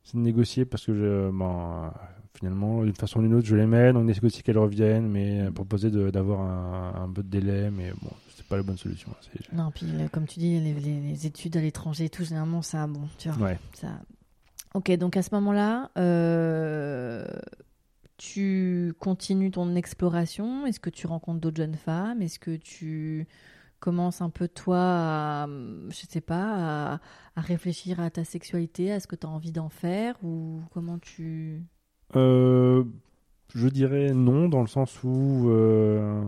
B: C'est de négocier parce que je, bon, euh, finalement, d'une façon ou d'une autre, je les mène, on négocie qu'elles reviennent, mais euh, proposer de- d'avoir un, un peu de délai, mais bon, c'est pas la bonne solution. hein, c'est-
A: Non, puis là, comme tu dis, les, les- les études à l'étranger et tout, généralement, ça, bon, tu vois,
B: Ouais.
A: ça... Ok, donc à ce moment-là, euh, tu continues ton exploration. Est-ce que tu rencontres d'autres jeunes femmes Est-ce que tu commences un peu, toi, à, je sais pas, à, à réfléchir à ta sexualité, à ce que tu as envie d'en faire Ou comment tu...
B: Euh, je dirais non, dans le sens où euh,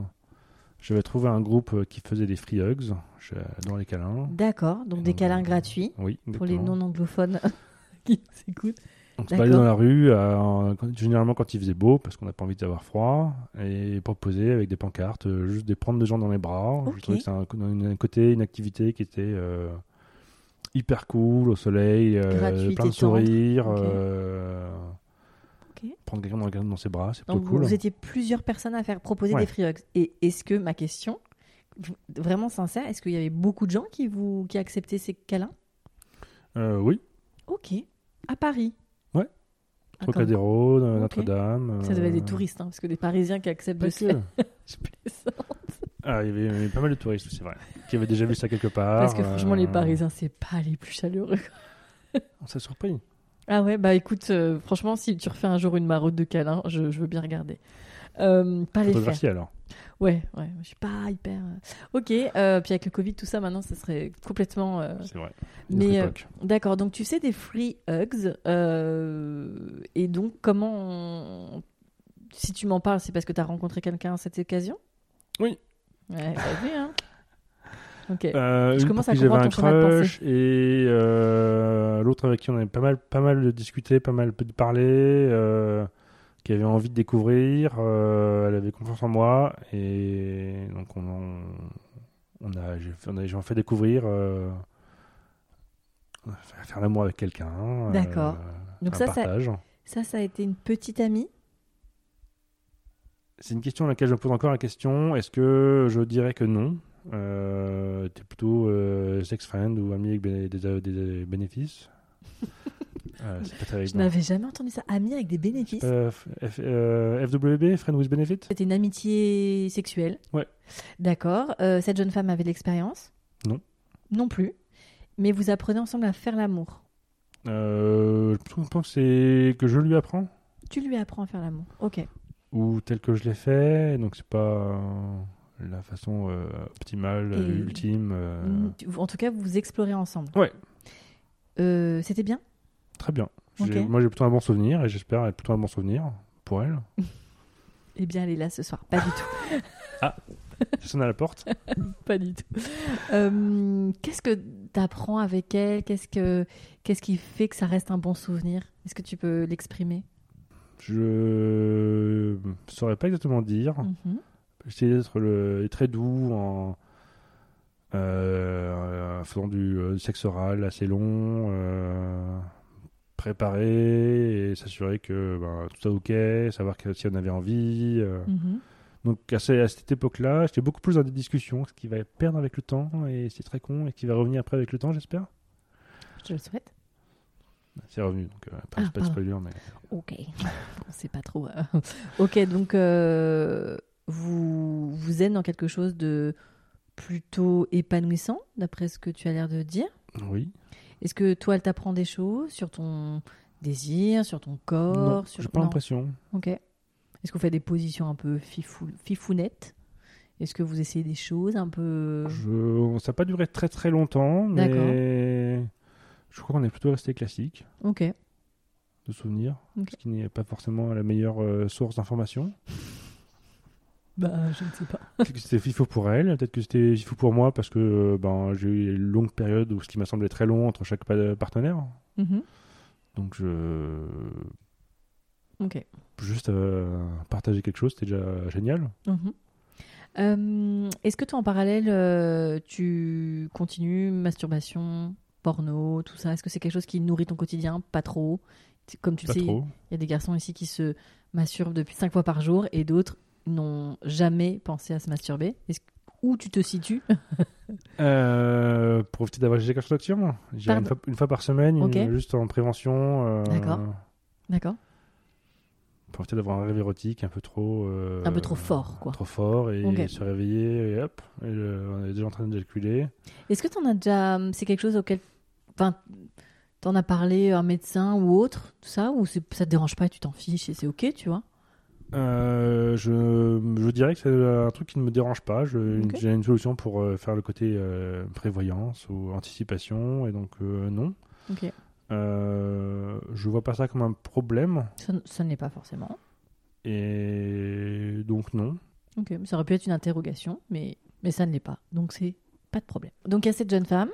B: j'avais trouvé un groupe qui faisait des free hugs, dans les câlins.
A: D'accord, donc des
B: Donc,
A: câlins
B: euh,
A: gratuits
B: Oui,
A: pour les
B: exactement.
A: non-anglophones qui nous écoutent.
B: On se baladait
A: D'accord.
B: dans la rue, euh, en- quand- généralement quand il faisait beau, parce qu'on n'a pas envie d'avoir froid, et proposer avec des pancartes, euh, juste de prendre des gens dans les bras.
A: Ok.
B: Je trouvais que c'est un, un- un côté, une activité qui était euh, hyper cool, au soleil, euh,
A: Gratuite
B: plein de
A: et tendre.
B: sourires.
A: Ok.
B: euh,
A: Ok.
B: Prendre quelqu'un dans, dans ses bras, c'est
A: Donc
B: plutôt
A: vous,
B: cool.
A: vous étiez plusieurs personnes à faire proposer
B: Ouais.
A: des free hugs. Et est-ce que ma question, v- vraiment sincère, est-ce qu'il y avait beaucoup de gens qui vous qui acceptaient ces câlins
B: Euh, oui,
A: Ok, à Paris.
B: Ouais.
A: Ah, comme-
B: Trocadéro, euh,
A: Ok.
B: Notre-Dame.
A: Ça devait être
B: euh,
A: des touristes, hein, parce que des Parisiens qui acceptent
B: pas
A: de
B: que.
A: se faire. Je plaisante.
B: Ah, il y avait- il y avait pas mal de touristes, c'est vrai, qui avaient déjà vu ça quelque part.
A: Parce que franchement, les
B: euh,
A: Parisiens, c'est pas les plus chaleureux.
B: On s'est surpris.
A: Ah ouais, bah écoute, euh, franchement, si tu refais un jour une maraude de câlin, je, je veux bien regarder. Euh, pas les faire.
B: Photographie alors.
A: Ouais, ouais, je suis pas hyper. Ok, euh, puis avec le Covid, tout ça, maintenant, ça serait complètement. euh,
B: C'est vrai.
A: Mais
B: Mais
A: euh, d'accord, donc tu sais des free hugs, euh, et donc comment. on- Si tu m'en parles, c'est parce que tu as rencontré quelqu'un à cette occasion
B: Oui.
A: Ouais, t'as vu, hein Ok.
B: Euh,
A: Je
B: une
A: commence
B: pour
A: à
B: qui j'avais un
A: comprendre ton schéma de
B: crush et euh, l'autre avec qui on avait pas mal, pas mal discuté, pas mal parlé, euh, qui avait envie de découvrir. euh, elle avait confiance en moi et donc on, en- on a, j'ai fait- on a- j'en fais découvrir. euh, on a fait faire l'amour avec quelqu'un.
A: D'accord.
B: euh,
A: Donc
B: un
A: ça, ça-
B: partage.
A: Ça, ça a été une petite amie
B: C'est une question à laquelle je me pose encore la question. Est-ce que je dirais que non euh, T'es plutôt euh, sex friend ou ami avec bé- des, euh, des- des bénéfices Euh, C'est pas terrible.
A: Je n'avais jamais entendu ça. Amie avec des bénéfices.
B: Euh, F- F- euh, FWB, friend with benefit
A: C'était une amitié sexuelle.
B: Ouais.
A: D'accord. Euh, cette jeune femme avait de l'expérience
B: Non.
A: Non plus. Mais vous apprenez ensemble à faire l'amour.
B: euh, Je pense que c'est que je lui apprends
A: Tu lui apprends à faire l'amour. Ok.
B: Euh. ou tel que je l'ai fait. Donc c'est pas euh, la façon euh, optimale,
A: Et-
B: ultime. euh,
A: Mm, tu- En tout cas, vous explorez ensemble.
B: Ouais.
A: Euh, C'était bien
B: Très bien. J'ai-
A: Ok.
B: Moi j'ai plutôt un bon souvenir et j'espère être plutôt un bon souvenir pour elle.
A: Eh bien, elle est là ce soir. Pas du tout.
B: Ça sonne à la porte.
A: Pas du tout. Euh, Qu'est-ce que tu apprends avec elle Qu'est-ce que Qu'est-ce qui fait que ça reste un bon souvenir Est-ce que tu peux l'exprimer
B: Je saurais pas exactement dire.
A: Mhm.
B: J'essayais d'être le... très doux en euh, en faisant du, euh, du sexe oral assez long, euh, préparer et s'assurer que ben, tout ça ok, savoir que, si on avait envie. euh.
A: Mhm.
B: Donc à, ce- à cette époque-là, j'étais beaucoup plus dans des discussions, ce qui va perdre avec le temps et c'est très con et qui va revenir après avec le temps, j'espère.
A: Je te le souhaite.
B: C'est revenu, donc euh, pas,
A: Ah,
B: c'est pas de
A: pardon.
B: spoiler, mais
A: Ok. On sait pas trop. hein. ok, donc euh, vous, vous êtes dans quelque chose de plutôt épanouissant, d'après ce que tu as l'air de dire.
B: oui.
A: Est-ce que toi, elle t'apprend des choses sur ton désir, sur ton corps
B: Non,
A: sur...
B: j'ai pas
A: non.
B: l'impression.
A: Ok. Est-ce que vous faites des positions un peu fifou... fifounettes Est-ce que vous essayez des choses un peu...
B: Je- Ça n'a pas duré très très longtemps, mais je crois qu'on est plutôt resté classique
A: Ok.
B: de souvenirs,
A: Ok.
B: ce qui n'est pas forcément la meilleure euh, source d'information.
A: Bah, je ne sais pas.
B: peut-être que c'était FIFO pour elle, peut-être que c'était FIFO pour moi parce que euh, ben, j'ai eu une longue période où ce qui m'a semblé très long entre chaque pa- partenaire.
A: Mm-hmm.
B: Donc je...
A: Ok.
B: juste euh, partager quelque chose, c'était déjà génial.
A: Mhm. Euh, Est-ce que toi, en parallèle, euh, tu continues masturbation, porno, tout ça Est-ce que c'est quelque chose qui nourrit ton quotidien Pas trop. C'est- Comme tu le
B: pas
A: sais, il
B: trop.
A: y a des garçons ici qui se masturbent depuis 5 fois par jour et d'autres n'ont jamais pensé à se masturber. Est-ce que- Où tu te situes
B: Euh, profiter d'avoir GG Cash Nocturne. J'ai
A: Pardon.
B: une, fois- une fois par semaine, une-
A: Ok.
B: juste en prévention. euh,
A: D'accord. D'accord
B: profiter d'avoir un rêve érotique un peu trop euh,
A: Un peu trop fort, quoi.
B: trop fort et
A: Ok.
B: se réveiller et hop et, euh, on est déjà en train de calculer
A: Est-ce que t'en as déjà. hum, C'est quelque chose auquel. Enfin, t'en as parlé à un médecin ou autre, tout ça Ou c'est- ça te dérange pas et tu t'en fiches et c'est ok, tu vois
B: Euh, je, je dirais que c'est un truc qui ne me dérange pas Je-
A: Ok.
B: j'ai une solution pour euh, faire le côté euh, prévoyance ou anticipation et donc euh, non
A: Ok.
B: Euh, je vois pas ça comme un problème
A: Ça, ça ne l'est pas forcément.
B: et donc non
A: Ok, mais ça aurait pu être une interrogation, mais, mais ça ne l'est pas. Donc, c'est pas de problème. Donc, il y a cette jeune femme.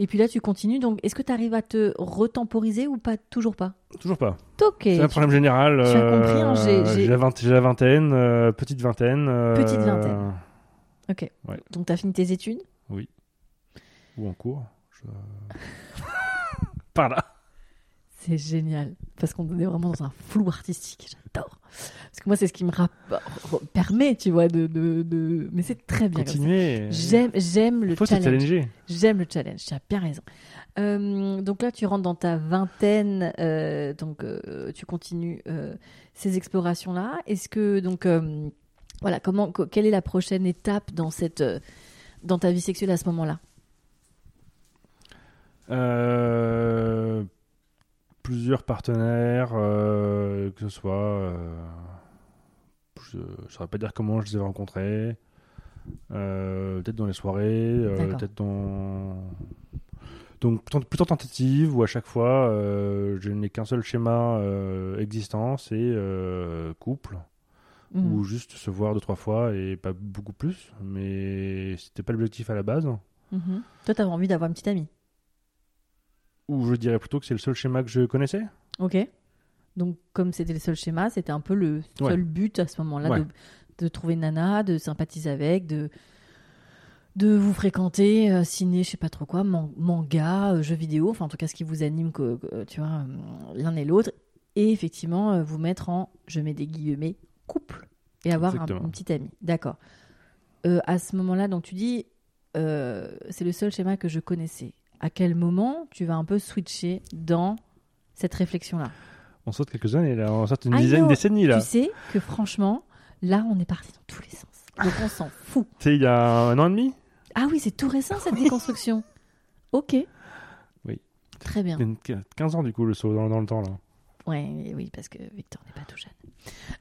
A: Et puis là, tu continues. Donc, est-ce que tu arrives à te retemporiser ou pas Toujours pas
B: toujours pas
A: Ok.
B: c'est un problème général
A: tu as compris, hein, j'ai- j'ai-
B: la vingt- j'ai la vingtaine euh, petite vingtaine euh,
A: Petite vingtaine. Donc, tu as fini tes études
B: ou en cours. je- Par là.
A: C'est génial. Parce qu'on est vraiment dans un flou artistique. J'adore. Parce que moi, c'est ce qui me rap- permet, tu vois, de. de, de- Mais c'est très bien. comme ça.
B: Continuer.
A: J'aime, j'aime le
B: Il faut se
A: challenge.
B: challenger.
A: J'aime le challenge, tu as bien raison. Euh, donc là, tu rentres dans ta vingtaine, euh, donc euh, tu continues euh, ces explorations-là. Est-ce que, donc, euh, voilà, comment, co- quelle est la prochaine étape dans, cette, euh, dans ta vie sexuelle à ce moment-là
B: Euh, plusieurs partenaires, euh, que ce soit. euh, je ne saurais pas dire comment je les ai rencontrés. euh, peut-être dans les soirées, euh,
A: D'accord.
B: peut-être dans. Donc plutôt- plutôt tentative où à chaque fois euh, je n'ai qu'un seul schéma euh, existant, c'est euh, couple
A: Mhm.
B: ou juste se voir deux trois fois et pas beaucoup plus. Mais c'était pas l'objectif à la base.
A: Mhm. Toi, t'avais envie d'avoir une petite amie.
B: Ou je dirais plutôt que c'est le seul schéma que je connaissais.
A: Ok. Donc, comme c'était le seul schéma, c'était un peu le
B: Ouais.
A: seul but à ce moment-là
B: Ouais.
A: de, de trouver Nana, de sympathiser avec, de, de vous fréquenter, euh, ciné, je sais pas trop quoi, man- manga, euh, jeux vidéo, enfin en tout cas ce qui vous anime, que, que, tu vois, euh, l'un et l'autre. Et effectivement, euh, vous mettre en, je mets des guillemets, couple et avoir un,
B: Exactement.
A: une petite amie. D'accord. Euh, à ce moment-là, donc tu dis, euh, c'est le seul schéma que je connaissais. À quel moment tu vas un peu switcher dans cette réflexion-là
B: On saute quelques années là, on saute une
A: Ah,
B: dizaine
A: yo,
B: de décennies là.
A: Tu sais que franchement, là, on est parti dans tous les sens. Donc on s'en fout.
B: C'était il y a un an et demi.
A: Ah oui, c'est tout récent cette déconstruction. Ok.
B: Oui.
A: Très bien.
B: Il y a une qu- 15 ans du coup le saut dans, dans le temps là.
A: Ouais, et oui, parce que Victor n'est pas tout jeune.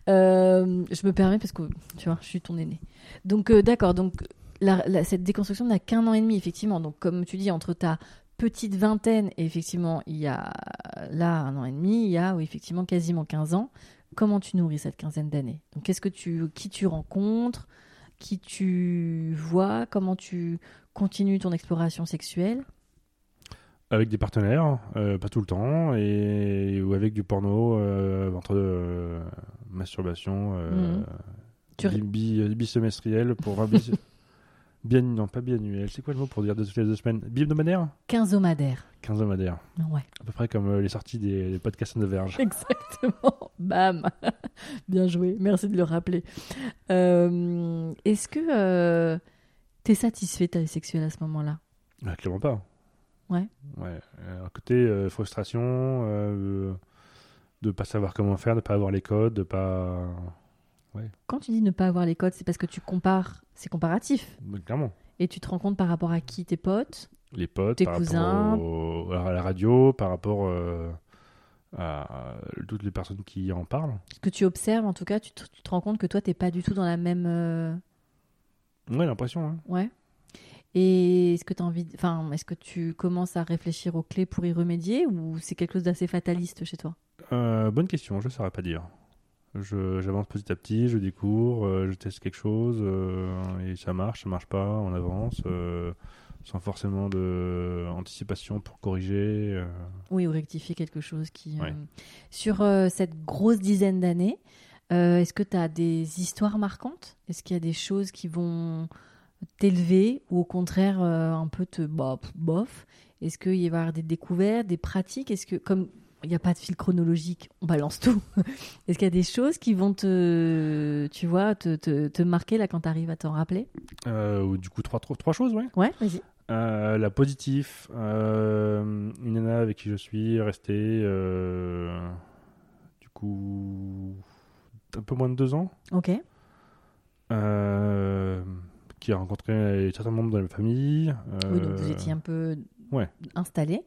A: Euh, je me permets parce que tu vois, je suis ton aîné. Donc euh, d'accord, donc la- la- cette déconstruction n'a qu'un an et demi effectivement. Donc comme tu dis, entre ta petite vingtaine et effectivement il y a euh, là un an et demi, il y a oui, effectivement quasiment 15 ans. Comment tu nourris cette quinzaine d'années Donc qu'est-ce que tu, qui tu rencontres, qui tu vois, comment tu continues ton exploration sexuelle
B: Avec des partenaires, euh, pas tout le temps, et ou avec du porno euh, entre euh, masturbation, euh,
A: Mhm. Tu-
B: bi- bi- euh, bisemestriel pour vingt bis- bien non pas biannuel. C'est quoi le mot pour dire de toutes les deux semaines Bi-hebdomadaire
A: Quinzomadaire.
B: Quinzomadaire.
A: Ouais.
B: À peu près comme euh, les sorties des, des podcasts de Verge.
A: Exactement. Bam. Bien joué. Merci de le rappeler. Euh, Est-ce que euh, t'es satisfait de ta vie sexuelle à ce moment-là
B: Bah, clairement pas.
A: Ouais.
B: Ouais. Alors, côté euh, frustration, euh, de pas savoir comment faire, de pas avoir les codes, de pas.
A: Quand tu dis ne pas avoir les codes, c'est parce que tu compares, c'est comparatif.
B: Bah, clairement.
A: Et tu te rends compte par rapport à qui tes potes
B: Les potes,
A: Tes
B: par
A: cousins.
B: rapport au- à la radio, par rapport euh, à euh, toutes les personnes qui en parlent.
A: Ce que tu observes, en tout cas, tu te, tu te rends compte que toi, t'es pas du tout dans la même. euh,
B: Ouais, l'impression. hein.
A: Ouais. Et est-ce que t'as envie, de- enfin, est-ce que tu commences à réfléchir aux clés pour y remédier, ou c'est quelque chose d'assez fataliste chez toi
B: Euh, bonne question, je ne saurais pas dire. Je- J'avance petit à petit, je découvre, euh, je teste quelque chose, euh, et ça marche, ça marche pas, on avance, euh, sans forcément de anticipation pour corriger. euh.
A: Oui, ou rectifier quelque chose qui. euh,
B: Ouais.
A: Sur euh, cette grosse dizaine d'années, euh, est-ce que tu as des histoires marquantes Est-ce qu'il y a des choses qui vont t'élever ou au contraire euh, un peu te bah, pff, bof Est-ce qu'il va y avoir des découvertes, des pratiques Est-ce que, comme il n'y a pas de fil chronologique, on balance tout, est-ce qu'il y a des choses qui vont te, tu vois, te, te, te marquer là quand tu arrives à t'en rappeler
B: Euh, ou du coup, trois, trois, trois choses, ouais.
A: Ouais, vas-y.
B: Euh, la positif, euh, une nana avec qui je suis restée euh, du coup un peu moins de deux ans,
A: Ok.
B: euh, qui a rencontré certains membres de la famille.
A: Oui, donc vous
B: euh,
A: étiez un peu
B: ouais.
A: installé.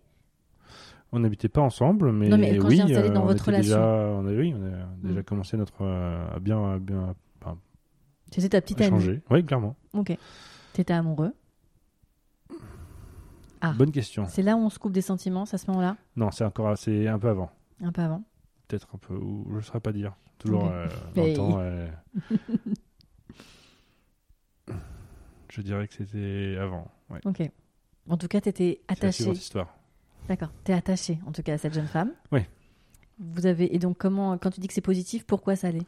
B: On n'habitait pas ensemble, mais,
A: Non, mais quand
B: oui, euh,
A: j'ai installé dans
B: on
A: votre
B: était déjà- on a, oui, on a déjà
A: Mm.
B: commencé notre euh, à bien, à bien
A: C'était ta petite
B: à
A: amie.
B: changer. Oui, clairement.
A: Ok. T'étais amoureux. Ah.
B: Bonne question.
A: C'est là où on se coupe des sentiments, c'est à ce moment-là
B: Non, c'est encore assez un peu avant.
A: Un peu avant.
B: peut-être un peu, ou je ne saurais pas dire. Toujours
A: Ok.
B: euh, dans le
A: Mais-
B: temps. euh, je dirais que c'était avant. Ouais.
A: Ok. En tout cas, t'étais
B: C'est la
A: attaché.
B: suivante histoire.
A: D'accord. T'es attaché, en tout cas, à cette jeune femme.
B: Oui.
A: Vous avez et donc comment quand tu dis que c'est positif, pourquoi ça l'est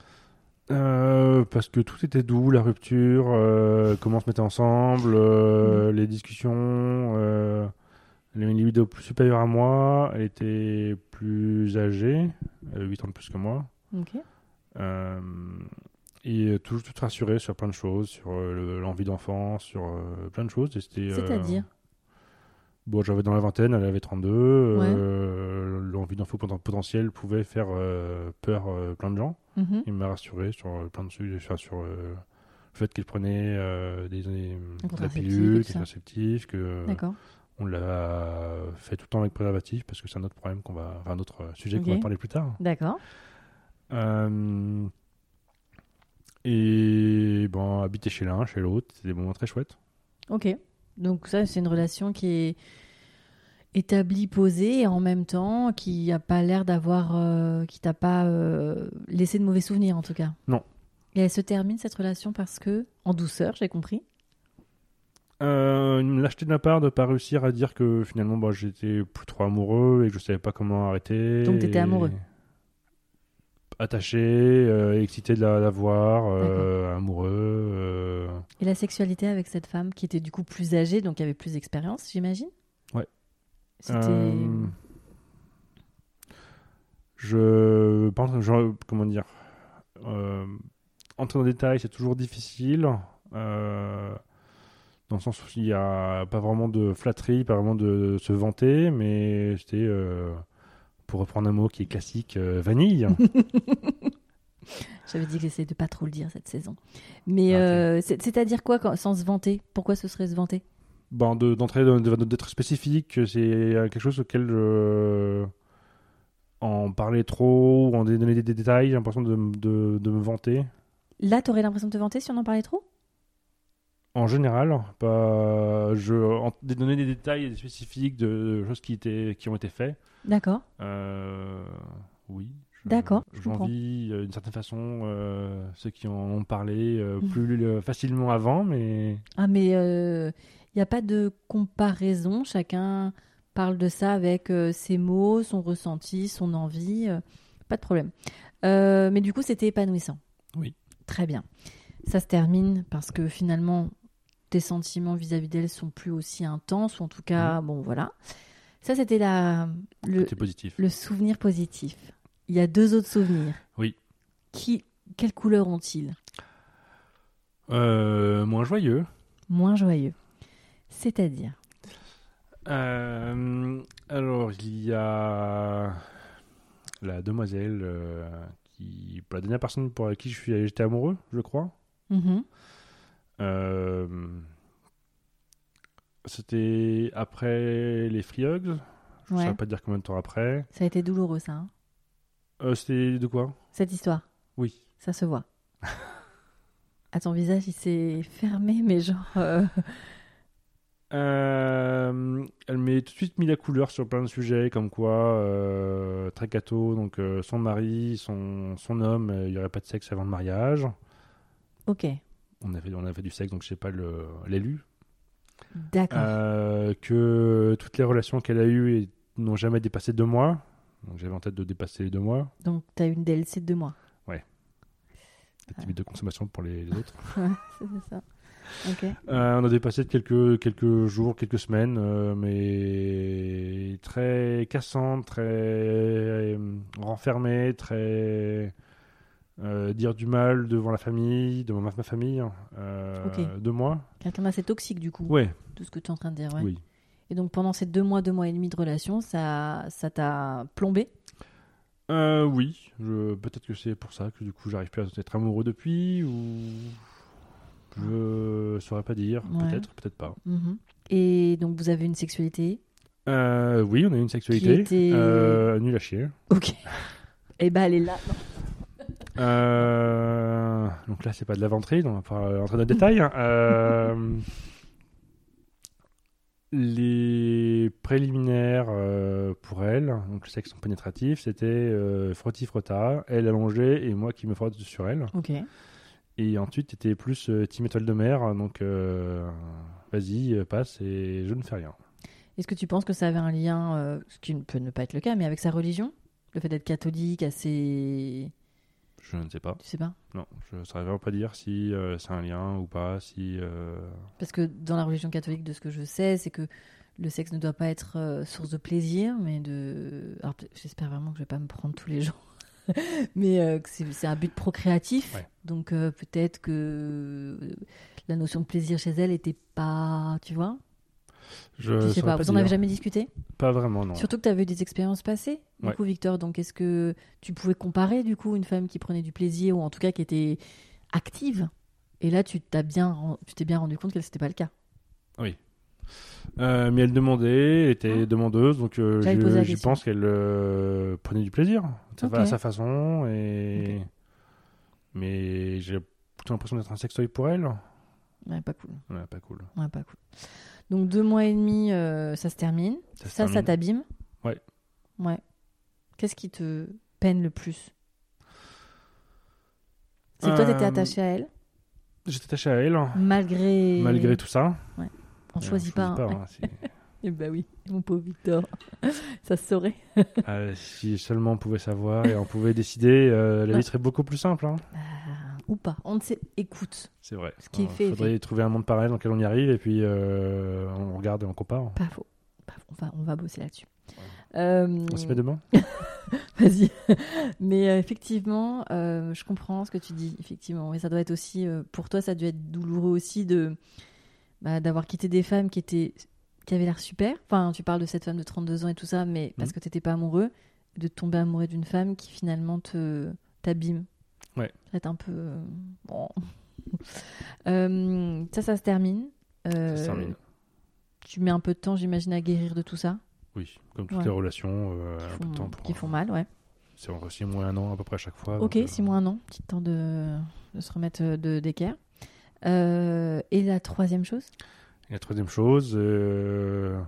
B: Euh, parce que tout était doux, la rupture, euh, comment on se mettait ensemble, euh, les discussions. Euh, les libido plus supérieures à moi, elle était plus âgée, 8 ans de plus que moi.
A: Ok.
B: Euh, et euh, tout, tout rassuré sur plein de choses, sur euh, le- l'envie d'enfant, sur euh, plein de choses. et c'était, euh,
A: C'est-à-dire
B: Bon, j'avais dans la vingtaine, elle avait 32. euh, L'envie d'enfant poten- potentielle pouvait faire euh, peur euh, plein de gens.
A: Mhm.
B: Il m'a rassuré sur euh, plein de sujets, enfin, sur euh, le fait qu'elle prenait euh, des, des- de la
A: contraceptif et
B: pilule,
A: tout ça.
B: contraceptif, que euh,
A: D'accord.
B: On l'a fait tout le temps avec préservatif parce que c'est un autre problème qu'on va, enfin, un autre euh, sujet qu'on
A: Ok.
B: va parler plus tard.
A: D'accord.
B: Euh, et bon, habiter chez l'un, chez l'autre, c'est des moments très chouettes.
A: Ok. Donc ça, c'est une relation qui est établie, posée, et en même temps, qui n'a pas l'air d'avoir, euh, qui t'a pas euh, laissé de mauvais souvenirs, en tout cas.
B: Non.
A: Et elle se termine cette relation parce que, en douceur, j'ai compris.
B: Euh, une lâcheté de ma part de pas réussir à dire que finalement bah, j'étais plus trop amoureux et que je savais pas comment arrêter.
A: Donc, t'étais
B: et-
A: amoureux.
B: Attaché, euh, excité de la, la voir, euh, amoureux. euh,
A: Et la sexualité avec cette femme, qui était du coup plus âgée, donc qui avait plus d'expérience, j'imagine.
B: Ouais.
A: C'était.
B: Euh, Je pense, je- comment dire, euh, entrer dans le détail, c'est toujours difficile. euh, dans le sens où il n'y a pas vraiment de flatterie, pas vraiment de, se vanter, mais c'était, euh, pour reprendre un mot qui est classique, euh, vanille.
A: J'avais dit que j'essayais de pas trop le dire cette saison. Mais
B: Ah, ok.
A: euh, c'est- c'est-à-dire quoi, quand- sans se vanter Pourquoi ce serait se vanter
B: ben, de- d'entrer dans- de- d'être spécifique, c'est euh, quelque chose auquel je- en parler trop ou en dé- donner des, des détails, j'ai l'impression de, m- de- de me vanter.
A: Là, t'aurais l'impression de te vanter si on en parlait trop
B: En général, pas je en- de donner des détails des spécifiques de, de choses qui étaient qui ont été faits.
A: D'accord.
B: Euh, oui. je-
A: D'accord, je comprends.
B: J'envie euh, d'une certaine façon euh, ceux qui en ont parlé euh,
A: Mm.
B: plus euh, facilement avant, mais
A: Ah, mais il n'y a pas de comparaison. Chacun parle de ça avec euh, ses mots, son ressenti, son envie. euh, pas de problème. Euh, mais du coup, c'était épanouissant.
B: Oui.
A: Très bien. Ça se termine parce que finalement, tes sentiments vis-à-vis d'elle sont plus aussi intenses, ou en tout cas, bon, voilà. Ça, c'était la, le,
B: c'était positif.
A: le souvenir positif. Il y a deux autres souvenirs.
B: Oui.
A: Qui, quelle couleur ont-ils
B: Euh, moins joyeux.
A: Moins joyeux. C'est-à-dire
B: Euh, alors, il y a la demoiselle euh, qui, la dernière personne pour qui je suis, j'étais amoureux, je crois.
A: Mhm.
B: Euh, C'était après les Free Hugs. Je ne
A: Ouais.
B: saurais pas te dire combien de temps après.
A: Ça a été douloureux, ça. hein
B: Euh, C'était de quoi
A: Cette histoire,
B: Oui.
A: ça se voit. à ton visage, il s'est fermé, mais genre. euh,
B: Euh, elle m'a tout de suite mis la couleur sur plein de sujets, comme quoi euh, très gâteau, donc euh, son mari, son, son homme, euh, il n'y aurait pas de sexe avant le mariage.
A: Ok,
B: On avait, on avait du sexe, donc je sais pas le- l'élu.
A: d'accord.
B: Euh, que toutes les relations qu'elle a eues et- n'ont jamais dépassé deux mois. Donc j'avais en tête de dépasser les deux mois.
A: Donc, t'as une DLC de deux mois.
B: Peut-être
A: Ah.
B: limite de consommation pour les, les autres.
A: C'est ça. Ok.
B: Euh, on a dépassé de quelques, quelques jours, quelques semaines, euh, mais très cassante, très euh, renfermée, très euh, dire du mal devant la famille, devant ma, ma famille. hein, euh,
A: Ok.
B: Deux mois
A: Quelqu'un d'assez toxique, du coup.
B: Ouais,
A: Tout ce que tu es en train de dire, ouais.
B: oui.
A: Et donc, pendant ces deux mois, deux mois et demi de relation, ça ça t'a plombé
B: Euh, oui, je- peut-être que c'est pour ça que du coup j'arrive plus à être amoureux depuis, ou je saurais pas dire,
A: Ouais.
B: peut-être, peut-être pas.
A: Mhm. Et donc, vous avez une sexualité
B: Euh, oui, on a eu une sexualité,
A: était-
B: euh, nulle à chier.
A: Ok. Et bah, elle est là.
B: Euh, donc là, c'est pas de la ventrille, on va pas entrer dans le détail. hein. Euh, les préliminaires euh, pour elle, donc le sexe non pénétratif, c'était euh, frotti-frotta, elle allongée et moi qui me frotte sur elle.
A: Ok.
B: Et ensuite, c'était plus euh, team étoile de mer, donc euh, vas-y, euh, passe et je ne fais rien.
A: Est-ce que tu penses que ça avait un lien, euh, ce qui ne peut ne pas être le cas, mais avec sa religion Le fait d'être catholique, assez.
B: Je ne sais pas.
A: Tu sais pas
B: Non, je ne saurais vraiment pas dire si euh, c'est un lien ou pas, si... euh,
A: Parce que dans la religion catholique, de ce que je sais, c'est que le sexe ne doit pas être euh, source de plaisir, mais de. Alors, peut- j'espère vraiment que je vais pas me prendre tous les jours. mais euh, que c'est c'est un but procréatif.
B: Ouais.
A: Donc, euh, peut-être que euh, la notion de plaisir chez elle n'était pas. Tu vois
B: Je
A: Je sais
B: saurais
A: pas.
B: Euh, pas
A: Vous en avez
B: dire.
A: jamais discuté
B: Pas vraiment, non.
A: Surtout que tu avais eu des expériences passées, du
B: Ouais.
A: coup, Victor. Donc, est-ce que tu pouvais comparer, du coup, une femme qui prenait du plaisir ou en tout cas qui était active Et là, tu t'as bien, ren- tu t'es bien rendu compte que c'était pas le cas.
B: Oui. Euh, mais elle demandait, était
A: Ah.
B: demandeuse, donc euh,
A: J'allais poser la
B: je, je
A: question.
B: pense qu'elle euh, prenait du plaisir Ça va
A: Ok.
B: à sa façon. Et...
A: Ok.
B: Mais j'ai plutôt l'impression d'être un sextoy pour elle.
A: Ouais, pas cool.
B: Ouais, pas cool.
A: Ouais, pas cool. Donc deux mois et demi, euh, ça se termine.
B: Ça, se
A: Ça, ça
B: termine.
A: t'abîme
B: Ouais.
A: Ouais. Qu'est-ce qui te peine le plus C'est que toi, t'étais
B: Euh,
A: attaché à elle,
B: J'étais attaché à elle, hein,
A: malgré.
B: malgré tout ça.
A: On
B: Euh,
A: choisit
B: on
A: pas. hein.
B: hein, c'est-
A: Eh bah oui, mon pauvre Victor. ça se saurait.
B: Ah, si seulement on pouvait savoir et on pouvait décider, euh,
A: Bah.
B: la vie serait beaucoup plus simple. hein.
A: Ah, ou pas. On ne sait. Écoute,
B: C'est vrai.
A: Ce qui est
B: Euh,
A: fait est
B: faudrait trouver un monde parallèle dans lequel on y arrive et puis euh, on regarde et on compare.
A: pas faux. Pas faux. On va, on va bosser là-dessus. Euh,
B: On se met demain
A: Vas-y. Mais euh, effectivement, euh, je comprends ce que tu dis, effectivement. Et ça doit être aussi, euh, pour toi, ça a dû être douloureux aussi de bah, d'avoir quitté des femmes qui étaient qui avaient l'air super. Enfin, tu parles de cette femme de 32 ans et tout ça, mais
B: Mhm.
A: parce que t'étais pas amoureux, de tomber amoureux d'une femme qui finalement te t'abîme.
B: Ouais.
A: Ça va être un peu. euh, bon. Euh, ça, ça se termine.
B: Ça
A: Euh,
B: se termine.
A: Tu mets un peu de temps, j'imagine, à guérir de tout ça,
B: Oui, comme toutes
A: ouais.
B: les relations, euh,
A: qui,
B: un peu
A: font,
B: de temps pour.
A: qui font mal, ouais.
B: C'est entre 6 mois et un an à peu près à chaque fois.
A: Ok,
B: donc, euh,
A: 6 mois, un an, petit temps de, de se remettre euh, de d'équerre. Euh, et la troisième chose
B: Et la troisième chose, euh,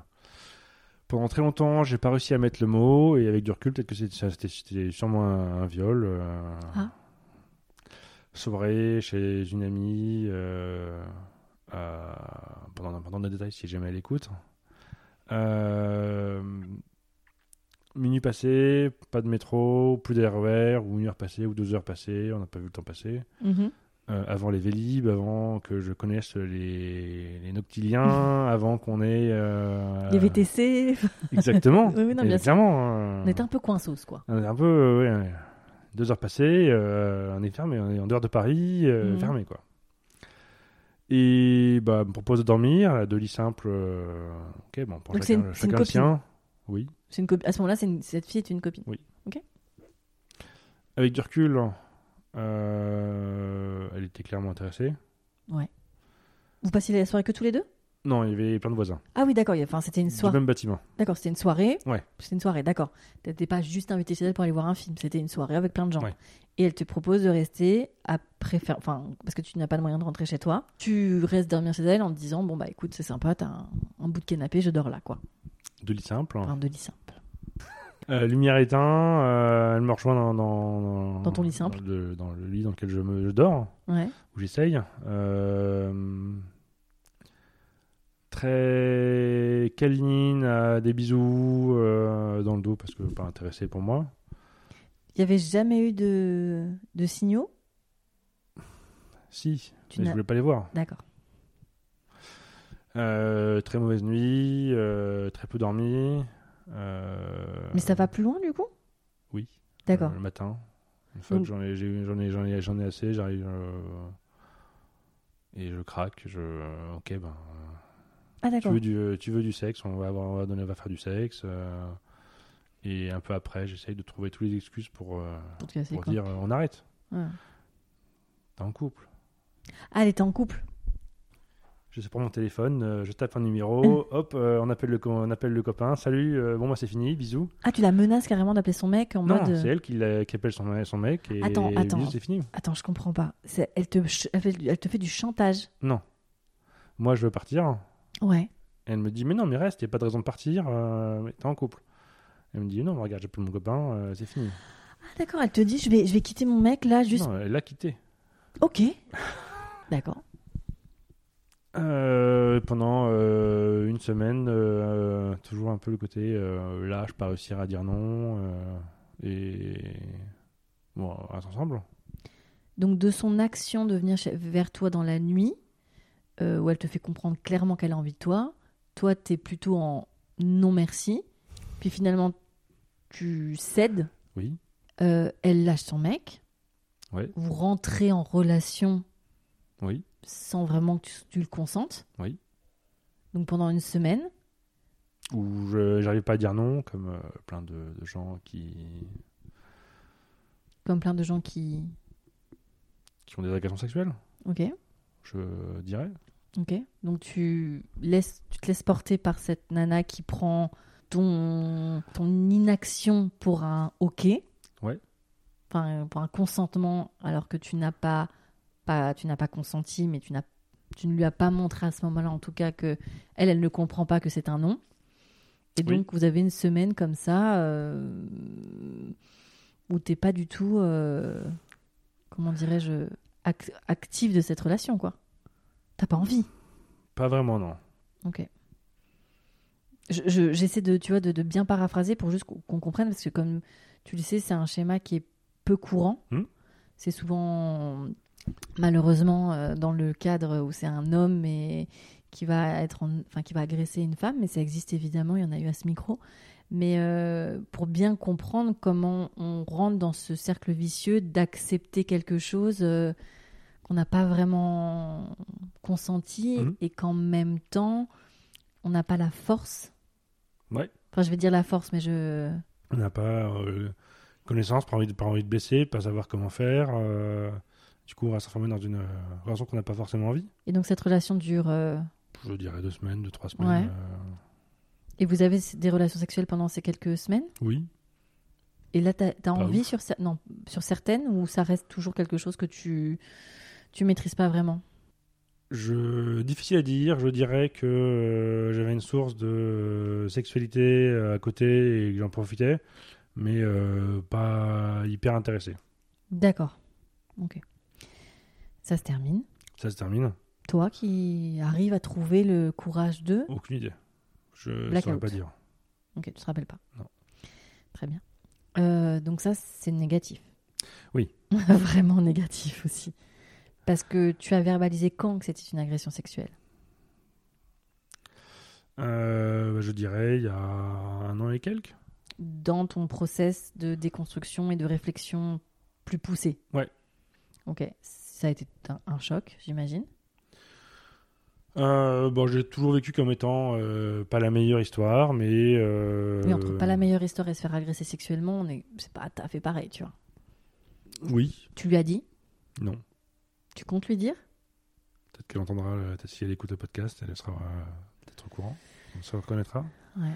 B: pendant très longtemps, j'ai pas réussi à mettre le mot et avec du recul, peut-être que c'est- ça- c'était- c'était sûrement un, un viol. euh,
A: Ah.
B: Soirée chez une amie, euh, à- pendant, pendant des détails si jamais elle écoute. Euh, minuit passé, pas de métro, plus d'RER, ou une heure passée, ou deux heures passées, on n'a pas vu le temps passer. Euh, avant les Vélib, avant que je connaisse les, les Noctiliens, avant qu'on ait. euh,
A: Les VTC,
B: Exactement.
A: Oui, oui, non, bien sûr.
B: Exactement.
A: on était un peu coinceuse, quoi.
B: On est un peu. euh, ouais, ouais. Deux heures passées, euh, on est fermé, on est en dehors de Paris, euh,
A: Mhm.
B: fermé, quoi. Et bah, elle me propose de dormir, de lit simple. euh, ok, bon, pour
A: Donc c'est
B: chacun,
A: une- c'est une
B: chacun le
A: copine.
B: sien. Oui.
A: C'est Une copi- à ce moment-là, c'est une- cette fille est une copine.
B: Avec du recul, euh, elle était clairement intéressée.
A: Vous passiez la soirée que tous les deux
B: Non, il y avait plein de voisins.
A: Ah oui, d'accord, il y a- enfin, c'était une
B: Du
A: soirée.
B: même bâtiment.
A: D'accord, c'était une soirée.
B: Ouais.
A: C'était une soirée, d'accord. T'étais pas juste invité chez elle pour aller voir un film, c'était une soirée avec plein de gens.
B: Ouais.
A: Et elle te propose de rester après faire. Enfin, parce que tu n'as pas de moyen de rentrer chez toi. Tu restes dormir chez elle en te disant Bon, bah écoute, c'est sympa, t'as un, un bout de canapé, je dors là, quoi.
B: De lit simple.
A: Enfin, de lit simple.
B: Euh, lumière éteinte, euh, elle me rejoint dans, dans,
A: Dans ton lit simple.
B: Dans le, dans le lit dans lequel je, me, je dors,
A: Ouais.
B: où j'essaye. Euh, très câline, euh, des bisous euh, dans le dos parce que pas intéressé pour moi.
A: Il n'y avait jamais eu de, de signaux
B: Si,
A: Tu
B: mais je
A: n'as-
B: voulais pas les voir.
A: D'accord.
B: Euh, très mauvaise nuit, euh, très peu dormi. euh,
A: Mais ça va plus loin du coup
B: Oui.
A: D'accord.
B: euh, le matin. Une fois
A: Donc-
B: que j'en ai, j'ai eu- j'en ai, j'en ai, j'en ai assez, j'arrive euh, et je craque. Je, euh, ok, ben,
A: Ah
B: tu
A: d'accord.
B: veux du, tu veux du sexe, on va, avoir, on va donner, on va faire du sexe. euh, et un peu après, j'essaye de trouver toutes les excuses pour, euh,
A: Pour te casser,
B: pour
A: quoi.
B: dire, euh, on arrête.
A: Ouais.
B: T'es en couple.
A: Ah, elle était en couple.
B: Je sais pas mon téléphone, euh, je tape un
A: Mm.
B: numéro, hop, euh, on appelle le, co- on appelle le copain. Salut, euh, bon moi c'est fini, bisous.
A: Ah, tu la menaces carrément d'appeler son mec en
B: non,
A: mode. euh,
B: c'est elle qui, l'a- qui appelle son, son mec et
A: Attends, attends.
B: bisous, c'est fini.
A: Attends, je comprends pas. C'est- Elle te, ch- elle, fait, elle te fait du chantage.
B: Moi je veux partir.
A: Ouais.
B: Et elle me dit, mais non, mais reste, il n'y a pas de raison de partir, euh, mais t'es en couple. Elle me dit, non, mais regarde, j'appelle mon copain, euh, c'est fini.
A: Ah d'accord, elle te dit je vais, je vais quitter mon mec là juste.
B: Non, elle l'a quitté.
A: Ok. d'accord.
B: Euh, pendant euh, une semaine, euh, toujours un peu le côté euh, lâche, pas réussir à dire non, euh, et bon, on reste ensemble.
A: Donc de son action de venir chez- vers toi dans la nuit, euh, où elle te fait comprendre clairement qu'elle a envie de toi, toi t'es plutôt en non merci, puis finalement tu cèdes.
B: Oui,
A: Euh, elle lâche son mec.
B: Ouais.
A: Vous rentrez en relation
B: oui,
A: sans vraiment que tu, tu le consentes.
B: Oui.
A: Donc pendant une semaine.
B: où je- j'arrive pas à dire non, comme euh, plein de, de gens qui,
A: Comme plein de gens qui.
B: qui ont des agressions sexuelles,
A: Ok.
B: je dirais.
A: Ok. Donc tu, laisses, tu te laisses porter par cette nana qui prend ton, ton inaction pour un OK.
B: Ouais.
A: Enfin, euh, pour un consentement, alors que tu n'as pas, pas, tu n'as pas consenti, mais tu, n'as, tu ne lui as pas montré à ce moment-là, en tout cas, que elle, elle ne comprend pas que c'est un non. Et
B: Oui.
A: donc, vous avez une semaine comme ça euh, où t'es pas du tout, euh, comment dirais-je, ac- active de cette relation, quoi. T'as pas envie.
B: Pas vraiment, non.
A: Ok. Je- je- J'essaie de, tu vois, de, de bien paraphraser pour juste qu'on qu'on comprenne, parce que comme tu le sais, c'est un schéma qui est peu courant.
B: Mhm.
A: C'est souvent, malheureusement, euh, dans le cadre où c'est un homme et qui va être, en- enfin, qui va agresser une femme, mais ça existe évidemment. Il y en a eu à ce micro. Mais euh, pour bien comprendre comment on rentre dans ce cercle vicieux d'accepter quelque chose euh, qu'on n'a pas vraiment consenti
B: Mhm.
A: et qu'en même temps, on n'a pas la force.
B: Ouais.
A: Enfin, je vais dire la force, mais je.
B: On n'a pas euh, connaissance, pas envie, de, pas envie de blesser, pas savoir comment faire. euh, du coup, on va s'enfermer dans une euh, relation qu'on n'a pas forcément envie.
A: Et donc, cette relation dure. euh,
B: Je dirais deux semaines, deux, trois semaines.
A: Ouais.
B: euh,
A: Et vous avez des relations sexuelles pendant ces quelques semaines
B: oui.
A: Et là, t'as as
B: Pas
A: envie sur, cer- non, sur certaines ou ça reste toujours quelque chose que tu tu maîtrises pas vraiment
B: Je... Difficile à dire, je dirais que euh, j'avais une source de euh, sexualité euh, à côté et que j'en profitais, mais euh, pas hyper intéressé.
A: D'accord. Ok. Ça se termine.
B: Ça se termine
A: Toi qui arrives à trouver le courage de.
B: Aucune idée. Je ne
A: Blackout.
B: saurais pas dire.
A: Ok, tu te rappelles pas.
B: Non.
A: Très bien. Euh, donc ça, c'est négatif.
B: Oui.
A: Vraiment négatif aussi. Parce que tu as verbalisé quand que c'était une agression sexuelle
B: Euh, je dirais il y a un an et quelques.
A: dans ton process de déconstruction et de réflexion plus poussée.
B: Ouais.
A: Ok, ça a été un, un choc, j'imagine.
B: Euh, bon, j'ai toujours vécu comme étant euh, pas la meilleure histoire, mais. euh,
A: Mais entre pas la meilleure histoire et se faire agresser sexuellement, on est, c'est pas tout à fait pareil, tu vois.
B: Oui,
A: Tu lui as dit
B: non.
A: Tu comptes lui dire
B: Peut-être qu'elle entendra, euh, peut-être si elle écoute le podcast, elle sera euh, peut-être au courant. On se reconnaîtra.
A: Ouais.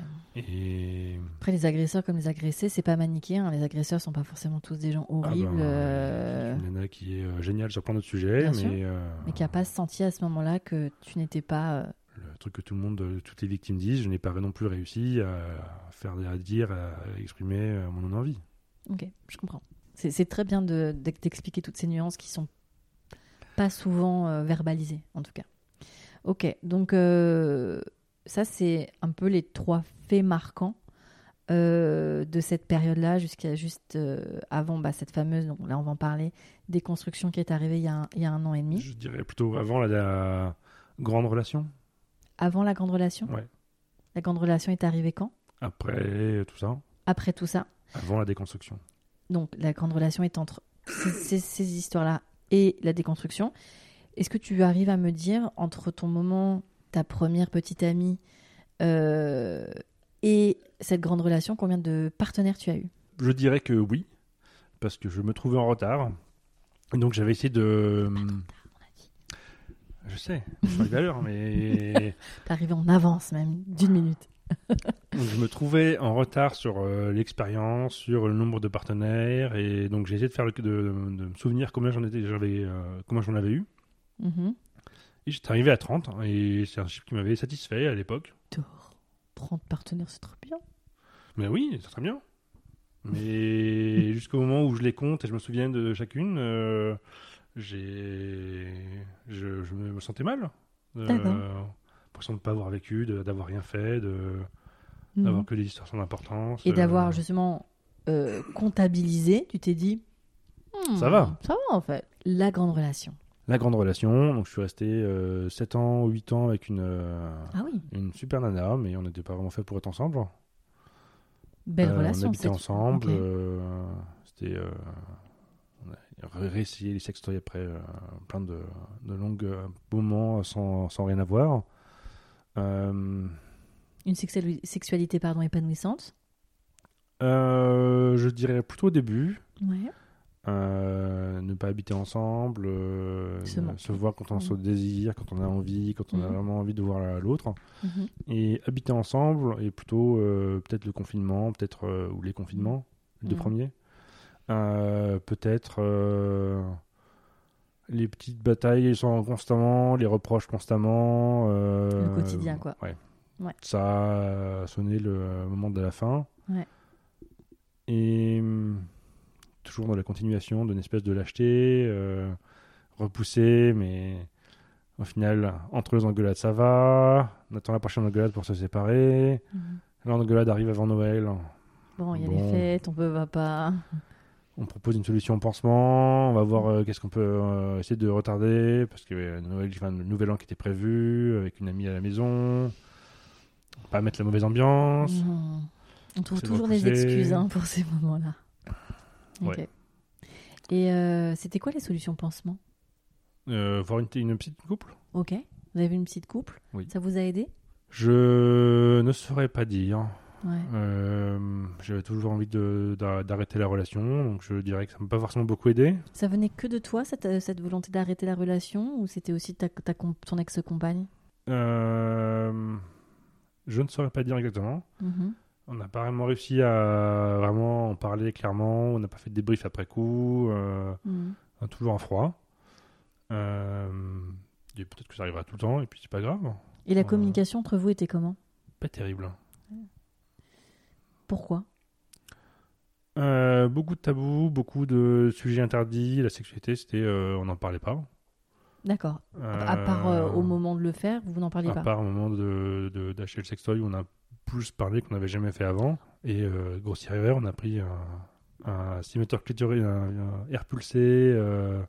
B: Et.
A: Après, les agresseurs comme les agressés, c'est pas manichéen. hein. Les agresseurs sont pas forcément tous des gens horribles,
B: Ah ben,
A: euh,
B: c'est Une nana qui est euh, géniale sur plein d'autres sujets,
A: Bien sûr.
B: mais, euh,
A: mais qui a pas senti à ce moment-là que tu n'étais pas. euh,
B: le truc que tout le monde, euh, toutes les victimes disent, je n'ai pas non plus réussi à faire, à dire, à exprimer euh, mon envie.
A: Ok, je comprends. C'est c'est très bien de- d'ex- d'expliquer toutes ces nuances qui sont pas souvent euh, verbalisées, en tout cas. Ok, donc euh, ça, c'est un peu les trois faits marquants euh, de cette période-là, jusqu'à juste euh, avant bah, cette fameuse, donc là, on va en parler, déconstruction qui est arrivée il y a un, il y a un an et demi.
B: Je dirais plutôt avant la, la grande relation,
A: Avant la grande relation
B: Ouais.
A: La grande relation est arrivée quand
B: après tout ça,
A: Après tout ça
B: avant la déconstruction.
A: Donc la grande relation est entre ces, ces- ces histoires-là et la déconstruction. Est-ce que tu arrives à me dire entre ton moment, ta première petite amie euh, et cette grande relation, combien de partenaires tu as eu
B: Je dirais que oui, parce que je me trouvais en retard. Et donc j'avais essayé de. hum, Je sais, je suis à l'heure, mais
A: T'es arrivé en avance même d'une minute.
B: Donc, je me trouvais en retard sur euh, l'expérience, sur le nombre de partenaires, et donc j'ai essayé de faire le, de, de me souvenir combien j'en étais, j'avais, euh, combien j'en avais eu.
A: Mhm.
B: Et j'étais arrivé à 30, hein, et c'est un chiffre qui m'avait satisfait à l'époque.
A: Dehors. 30 partenaires, c'est trop bien.
B: Mais oui, c'est très bien. Mais jusqu'au moment où je les compte et je me souviens de chacune, euh, j'ai, je, je me sentais mal. Euh,
A: D'accord.
B: l'impression de ne pas avoir vécu, de- d'avoir rien fait, de,
A: Mhm.
B: d'avoir que des histoires sans importance.
A: Et
B: euh,
A: d'avoir justement euh, comptabilisé, tu t'es dit... Hmm,
B: Ça va.
A: Ça va en fait. La grande relation.
B: La grande relation, donc je suis resté 7 ans, 8 ans avec une, euh,
A: Ah oui,
B: une super nana, mais on n'était pas vraiment fait pour être ensemble.
A: belle
B: Euh,
A: relation.
B: On habitait
A: cette-
B: ensemble,
A: Ok.
B: euh, c'était... euh, on a ré- réessayé les sextoys après euh, plein de, de longues euh, moments sans, sans rien avoir. Euh,
A: une sexuali- sexualité pardon épanouissante.
B: euh, je dirais plutôt au début,
A: Ouais.
B: euh, ne pas habiter ensemble. euh,
A: Doucement.
B: se voir quand on se désire, quand on a envie, quand on a
A: Mhm.
B: vraiment envie de voir la- l'autre.
A: Mhm.
B: Et habiter ensemble, et plutôt euh, peut-être le confinement, peut-être, euh, ou les confinements, les deux
A: Mhm.
B: premiers. Euh, peut-être euh, les petites batailles sont constamment, les reproches constamment. euh,
A: Le quotidien, quoi.
B: Ouais.
A: Ouais.
B: Ça a sonné le moment de la fin.
A: Ouais.
B: Et hum, toujours dans la continuation d'une espèce de lâcheté, euh, repoussée, mais au final, entre les engueulades, ça va. On attend la prochaine engueulade pour se séparer.
A: Mhm.
B: L'engueulade arrive avant Noël.
A: Bon, il y a
B: Bon.
A: les fêtes, on peut va pas.
B: On propose une solution au pansement, on va voir euh, qu'est-ce qu'on peut euh, essayer de retarder, parce que euh, Noël, enfin, le nouvel an qui était prévu, avec une amie à la maison, pas mettre la mauvaise ambiance.
A: Mhm. On trouve
B: C'est
A: toujours
B: repoussé.
A: des excuses hein, pour ces moments-là. Ok.
B: Ouais.
A: Et euh, c'était quoi les solutions pansement
B: Euh, voir une, t- une petite couple
A: Ok. Vous avez vu une petite couple
B: Oui.
A: Ça vous a aidé
B: Je ne saurais pas dire.
A: Ouais.
B: Euh, J'avais toujours envie de- d'a- d'arrêter la relation, donc je dirais que ça ne m'a pas forcément beaucoup aidé.
A: Ça venait que de toi, cette, euh, cette volonté d'arrêter la relation Ou c'était aussi ta, ta com- ton ex-compagne
B: Euh, je ne saurais pas dire exactement.
A: Mhm.
B: On n'a pas vraiment réussi à vraiment en parler clairement, on n'a pas fait de débrief après coup, euh,
A: Mhm.
B: on a toujours en froid. Euh, et Peut-être que ça arrivera tout le temps, et puis c'est pas grave.
A: Et la
B: Ouais.
A: communication entre vous était comment
B: Pas terrible.
A: Pourquoi
B: Euh, beaucoup de tabous, beaucoup de sujets interdits. La sexualité, c'était. euh, on n'en parlait pas.
A: D'accord. À
B: Euh, Ah.
A: part euh, au moment de le faire, vous n'en parliez
B: À
A: pas.
B: part au moment de- de- d'acheter le sextoy, on a plus parlé qu'on n'avait jamais fait avant. Et euh, grossier hiver, on a pris un, un stimulateur clitoris, un, un air pulsé. euh,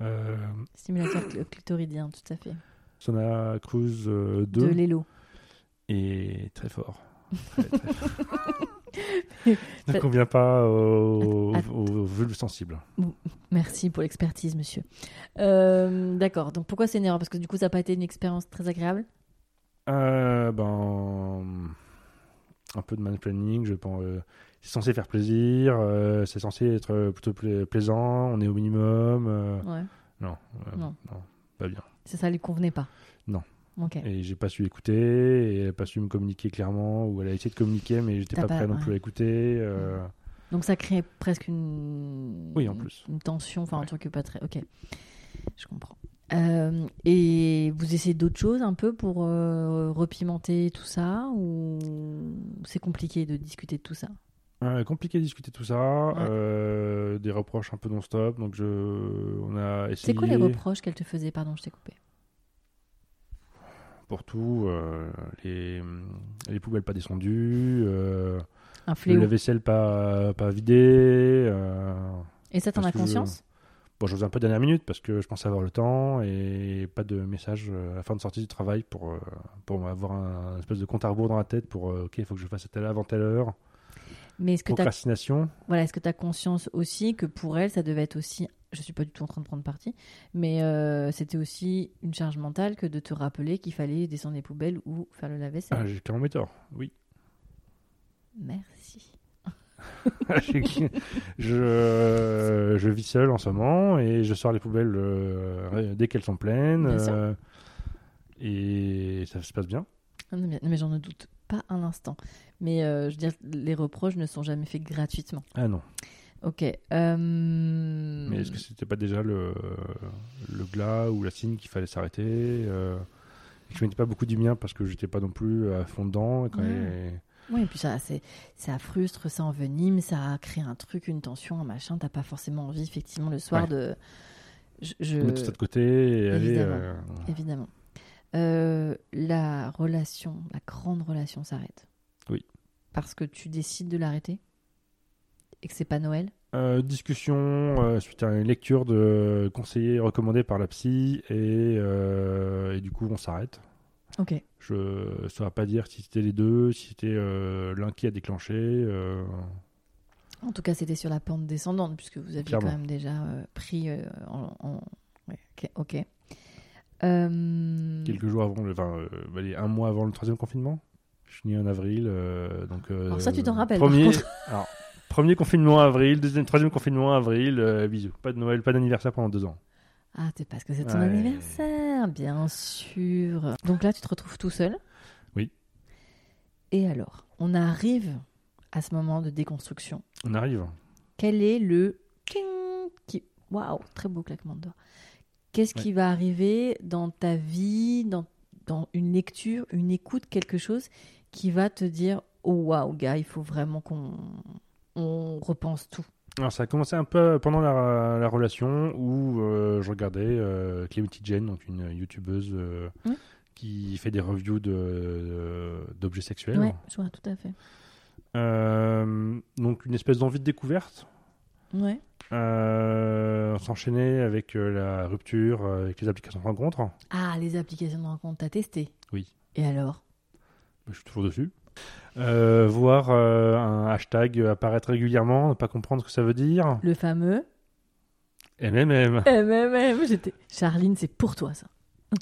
B: euh,
A: Stimulateur cl- clitoridien, tout à fait.
B: Sona Cruise euh, 2
A: De l'élo.
B: et très fort. Très, très fort. ne convient pas aux,
A: Att- att-
B: aux- aux vulves sensibles.
A: Merci pour l'expertise, monsieur. Euh, D'accord. Donc pourquoi c'est une erreur Parce que du coup, ça n'a pas été une expérience très agréable.
B: Euh, ben, un peu de man planning, je pense. euh, c'est censé faire plaisir, euh, c'est censé être euh, plutôt pla- plaisant, on est au minimum. euh,
A: Ouais.
B: non, euh,
A: Non.
B: pas bien.
A: C'est ça, lui convenait pas.
B: Non.
A: Ok.
B: Et j'ai pas su écouter, et elle a pas su me communiquer clairement, ou elle a essayé de communiquer, mais j'étais
A: T'as
B: pas
A: pas-
B: prêt non
A: ouais. Mm-hmm.
B: plus à écouter. euh,
A: Donc ça crée presque une.
B: Oui, en plus.
A: Une tension, enfin un
B: Ouais.
A: truc pas très. Ok. Je comprends. Euh, et vous essayez d'autres choses un peu pour euh, repimenter tout ça ou c'est compliqué de discuter de tout ça
B: Ouais, compliqué de discuter tout ça, euh, des reproches un peu non-stop, donc je, on a essayé
A: C'est quoi les reproches qu'elle te faisait Pardon, je t'ai coupé.
B: pour tout, euh, les, les poubelles pas descendues, euh,
A: Un
B: le
A: fléau.
B: lave-vaisselle pas, pas vidé, euh,
A: Et ça, t'en
B: parce
A: as
B: que je-
A: conscience
B: bon je faisais un peu dernière minute parce que je pensais avoir le temps et pas de message euh, à la fin de sortie du travail pour, euh, pour avoir un, espèce de compte à rebours dans la tête pour euh, ok il faut que je fasse telle avant telle heure,
A: Mais est-ce que t'as
B: procrastination,
A: Voilà, est-ce que tu as conscience aussi que pour elle, ça devait être aussi, je suis pas du tout en train de prendre parti, mais euh, c'était aussi une charge mentale que de te rappeler qu'il fallait descendre les poubelles ou faire le lave-vaisselle.
B: Ah, j'ai clairement eu tort, oui.
A: Merci.
B: J'ai- je, je vis seul en ce moment et je sors les poubelles euh, dès qu'elles sont pleines.
A: Bien sûr.
B: euh, et ça se passe bien.
A: Ah Non mais, non, mais j'en ne doute pas un instant. Mais euh, je veux dire, les reproches ne sont jamais faits gratuitement.
B: Ah non.
A: Ok. euh,
B: Mais
A: Mm.
B: est-ce que c'était pas déjà le, le glas ou la signe qu'il fallait s'arrêter euh, Je mettais pas beaucoup du mien parce que j'étais pas non plus à fond dedans. et quand
A: Ouais.
B: elle-
A: Oui, et puis ça, c'est- ça frustre, ça envenime, ça crée un truc, une tension, un machin. T'as pas forcément envie, effectivement, le soir
B: Ouais.
A: de. Je, je-
B: mettre tout ça de côté et aller.
A: Euh, évidemment.
B: euh,
A: Évidemment. Euh, la relation, la grande relation s'arrête.
B: Oui.
A: Parce que tu décides de l'arrêter et que c'est pas Noël.
B: euh, discussion euh, suite à une lecture de conseiller recommandé par la psy et, euh, et du coup on s'arrête.
A: Ok.
B: Je ne saurais pas dire si c'était les deux, si c'était euh, l'un qui a déclenché. euh,
A: En tout cas, c'était sur la pente descendante puisque vous aviez
B: Clairement.
A: quand même déjà euh, pris euh, en. en- ouais, ok. ok. Euh,
B: Quelques jours avant, le, enfin, euh, allez, un mois avant le troisième confinement. Je suis né en avril, euh, donc. euh,
A: Alors ça, tu t'en rappelles, par
B: Premier, alors, premier confinement avril, deuxième, troisième confinement avril, euh, bisous. Pas de Noël, pas d'anniversaire pendant deux ans.
A: Ah, c'est parce que c'est ton
B: Ouais.
A: anniversaire, bien sûr. Donc là, tu te retrouves tout seul.
B: Oui.
A: Et alors, on arrive à ce moment de déconstruction.
B: On arrive.
A: Quel est le tching qui Waouh, très beau claquement de doigts. Qu'est-ce qui va arriver dans ta vie, dans, dans une lecture, une écoute, quelque chose qui va te dire Oh waouh, gars, il faut vraiment qu'on on repense tout.
B: Alors ça a commencé un peu pendant la, la relation où euh, je regardais euh, Clemity Jane, donc une youtubeuse euh,
A: Ouais.
B: qui fait des reviews de- d'objets sexuels.
A: Ouais, je vois tout à fait.
B: Euh, donc une espèce d'envie de découverte.
A: Ouais.
B: Euh, on s'enchaînait avec euh, la rupture, euh, avec les applications de rencontres.
A: Ah, les applications de rencontre, t'as testé
B: Oui.
A: Et alors
B: Je suis toujours dessus. Euh, voir euh, un hashtag apparaître régulièrement, ne pas comprendre ce que ça veut dire.
A: Le fameux
B: MMM.
A: MMM, j'étais. Charline, c'est pour toi ça.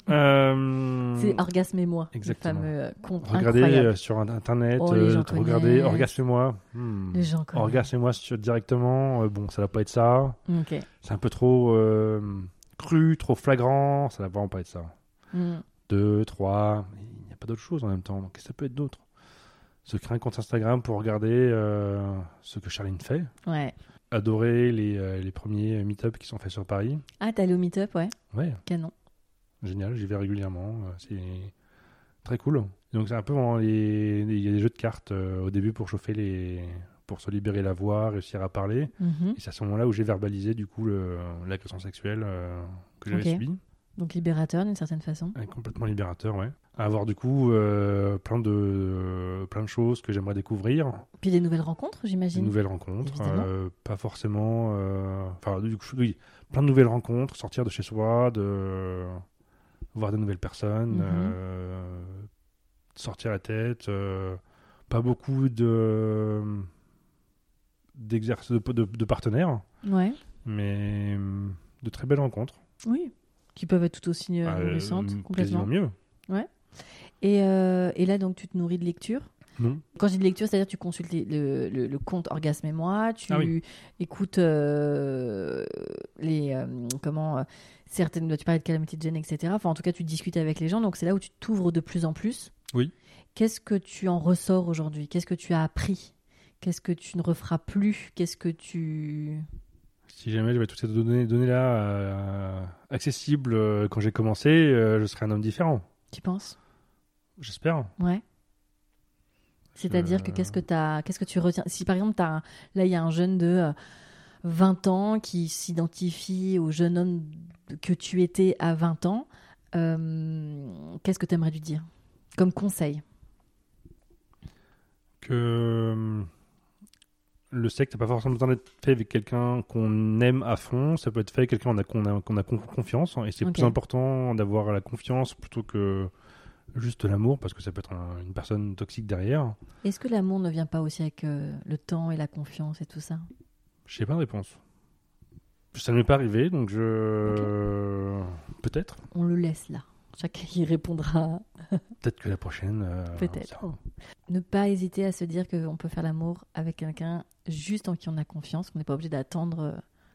B: Euh,
A: C'est Orgasme et moi, le
B: Exactement.
A: fameux euh, conte
B: Regardez
A: incroyable.
B: euh, sur internet,
A: Oh, les gens
B: regardez,
A: connaissent.
B: orgasmez-moi. Hmm.
A: Les gens connaissent.
B: Orgasmez-moi sur- directement. euh, bon, ça va pas être ça.
A: Ok.
B: C'est un peu trop euh, cru, trop flagrant. Ça va vraiment pas être ça.
A: Mm.
B: Deux, trois. Il n'y a pas d'autre chose en même temps. Qu'est-ce que ça peut être d'autre Se créer un compte Instagram pour regarder euh, ce que Charline fait.
A: Ouais.
B: Adorer les, euh, les premiers meet-up qui sont faits sur Paris.
A: Ah, t'es allé au meet-up, ouais.
B: Ouais,
A: Canon.
B: génial. J'y vais régulièrement. euh, C'est très cool. Donc c'est un peu en les- il y a des jeux de cartes euh, au début pour chauffer les, pour se libérer la voix, réussir à parler.
A: Mhm.
B: Et c'est à ce moment-là où j'ai verbalisé du coup le- l'agression sexuelle euh, que j'avais
A: Ok.
B: subie.
A: Donc libérateur d'une certaine façon.
B: Un complètement libérateur, ouais. À avoir du coup euh, plein, de, euh, plein de choses que j'aimerais découvrir,
A: Puis des nouvelles rencontres,
B: des
A: j'imagine.
B: nouvelles rencontres,
A: Évidemment.
B: euh, pas forcément. euh, Enfin, du coup, oui, plein de nouvelles rencontres, sortir de chez soi, de voir de nouvelles personnes,
A: Mhm.
B: euh, sortir la tête, euh, pas beaucoup de d'exercices de, de, de partenaires,
A: Ouais.
B: mais euh, de très belles rencontres.
A: Oui. Qui peuvent être tout aussi euh,
B: Ah, euh,
A: nourrissantes,
B: m-
A: complètement.
B: quasiment mieux.
A: Et, euh, et là, donc, tu te nourris de lecture
B: Non.
A: Quand je dis de lecture, c'est-à-dire tu consultes les- le, le- le compte Orgasme et moi, tu
B: Ah oui.
A: écoutes euh, les euh, comment euh, certaines tu parlais de Calamity Jane, etc. Enfin, en tout cas, tu discutes avec les gens, donc c'est là où tu t'ouvres de plus en plus.
B: Oui.
A: Qu'est-ce que tu en ressors aujourd'hui Qu'est-ce que tu as appris Qu'est-ce que tu ne referas plus Qu'est-ce que tu
B: Si jamais j'avais toutes ces données, données là euh, accessibles euh, quand j'ai commencé, euh, je serais un homme différent.
A: tu penses
B: J'espère.
A: Ouais. C'est-à-dire que
B: Euh,
A: qu'est-ce que t'as- qu'est-ce que tu retiens Si par exemple t'as un- là il y a un jeune de euh, 20 ans qui s'identifie au jeune homme que tu étais à 20 ans, euh, qu'est-ce que tu aimerais lui dire comme conseil
B: Que euh, le sexe n'a pas forcément besoin d'être fait avec quelqu'un qu'on aime à fond. Ça peut être fait avec quelqu'un qu'on a, qu'on a, qu'on a con- confiance. hein, Et c'est
A: Ok.
B: plus important d'avoir la confiance plutôt que juste l'amour, parce que ça peut être un- une personne toxique derrière.
A: Est-ce que l'amour ne vient pas aussi avec euh, le temps et la confiance et tout ça
B: Je n'ai pas de réponse. Ça ne m'est pas arrivé, donc je... Peut-être.
A: On le laisse là. Chacun y répondra.
B: Peut-être que la prochaine... euh,
A: Peut-être.
B: ça va.
A: Ne pas hésiter à se dire qu'on peut faire l'amour avec quelqu'un juste en qui on a confiance. On n'est pas obligé d'attendre euh,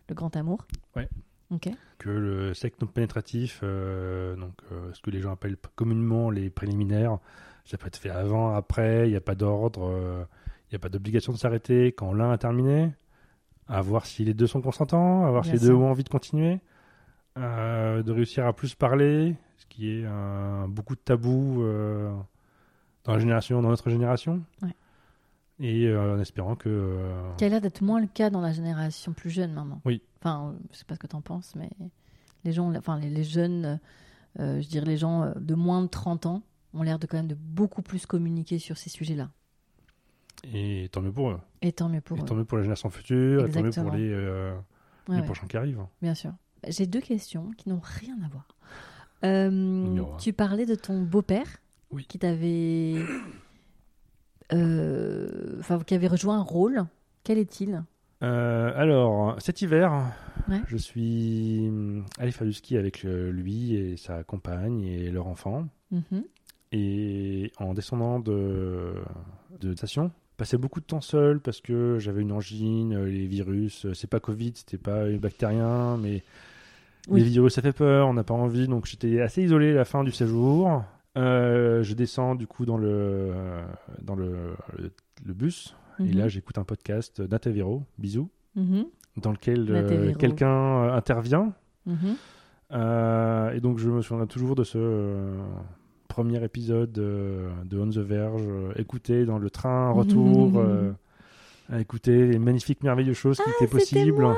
A: le grand amour.
B: Ouais.
A: Ok.
B: que le sexe non pénétratif, euh, donc euh, ce que les gens appellent p- communément les préliminaires, ça peut être fait avant, après, il n'y a pas d'ordre, euh, il n'y a pas d'obligation de s'arrêter quand l'un a terminé, à voir si les deux sont consentants, à voir si
A: Bien
B: les deux
A: sûr.
B: ont envie de continuer, euh, de réussir à plus parler, ce qui est un- beaucoup de tabous euh, dans la génération, dans notre génération,
A: Ouais.
B: et euh, en espérant que euh,
A: Qui a l'air d'être moins le cas dans la génération plus jeune maintenant.
B: Oui.
A: Enfin, euh, je sais pas ce que t'en penses, mais les gens, enfin les, les jeunes, euh, je dirais les gens euh, de moins de 30 ans, ont l'air de quand même de beaucoup plus communiquer sur ces sujets-là.
B: et tant mieux pour eux,
A: Et tant mieux pour
B: et
A: eux.
B: tant mieux pour la génération future, et tant mieux
A: Exactement.
B: pour les, euh,
A: Ouais,
B: les
A: ouais,
B: prochains qui arrivent.
A: bien sûr. J'ai deux questions qui n'ont rien à voir. Euh,
B: Numéro un.
A: tu parlais de ton beau-père,
B: Oui.
A: qui t'avait, euh, enfin qui avait rejoint un rôle. Quel est-il
B: Euh, alors, cet hiver,
A: Ouais.
B: je suis hum, allé faire du ski avec euh, lui et sa compagne et leur enfant.
A: Mhm.
B: Et en descendant de, de station, passais beaucoup de temps seul parce que j'avais une angine, euh, les virus, euh, c'est pas Covid, c'était pas euh, bactérien, mais
A: Oui.
B: Les vidéos, ça fait peur, on n'a pas envie. Donc j'étais assez isolé à la fin du séjour. Euh, je descends du coup dans le, euh, dans le, le, le bus. Et là, j'écoute un podcast d'Ataviro, bisous,
A: Mhm.
B: dans lequel euh,
A: D'Ataviro.
B: quelqu'un euh, intervient.
A: Mhm.
B: Euh, et donc, je me souviens toujours de ce euh, premier épisode euh, de On the Verge, euh, écouté dans le train,
A: Mhm,
B: retour, euh, à écouter les magnifiques, merveilleuses choses qui étaient
A: Ah, C'était
B: possibles.
A: moi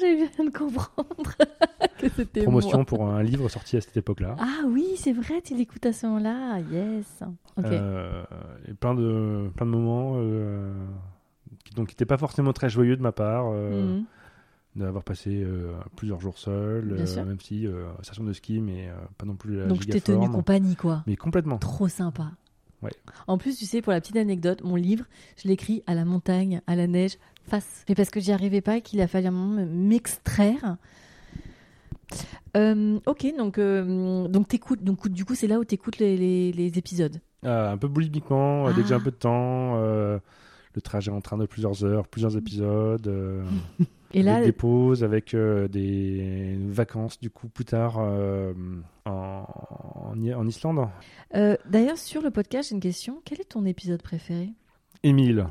A: J'ai bien de comprendre que c'était
B: Promotion
A: moi.
B: pour un livre sorti à cette époque-là.
A: Ah oui, c'est vrai, tu l'écoutes à ce moment-là. Yes. Ok.
B: Euh, et plein de, plein de moments euh, qui n'étaient pas forcément très joyeux de ma part. euh,
A: Mhm.
B: d'avoir passé euh, plusieurs jours seul,
A: Bien
B: euh,
A: sûr.
B: même si euh, station de ski, mais euh, pas non plus la
A: Donc je t'ai tenu
B: gigaforme.
A: compagnie, quoi.
B: Mais complètement.
A: Trop sympa.
B: Ouais.
A: En plus, tu sais, pour la petite anecdote, mon livre, je l'écris à la montagne, à la neige, face. Mais parce que j'y arrivais pas et qu'il a fallu un moment me- m'extraire. Euh, ok, donc, euh, donc t'écoutes, donc du coup c'est là où t'écoutes les, les, les épisodes.
B: Euh, un peu boulimiquement, euh, dès que j'ai
A: Ah.
B: un peu de temps, euh, le trajet en train de plusieurs heures, plusieurs épisodes, euh,
A: Mm. Et là,
B: avec des pauses, avec euh, des vacances du coup plus tard euh, en, en I- en Islande.
A: euh, d'ailleurs sur le podcast, j'ai une question. Quel est ton épisode préféré
B: Émile,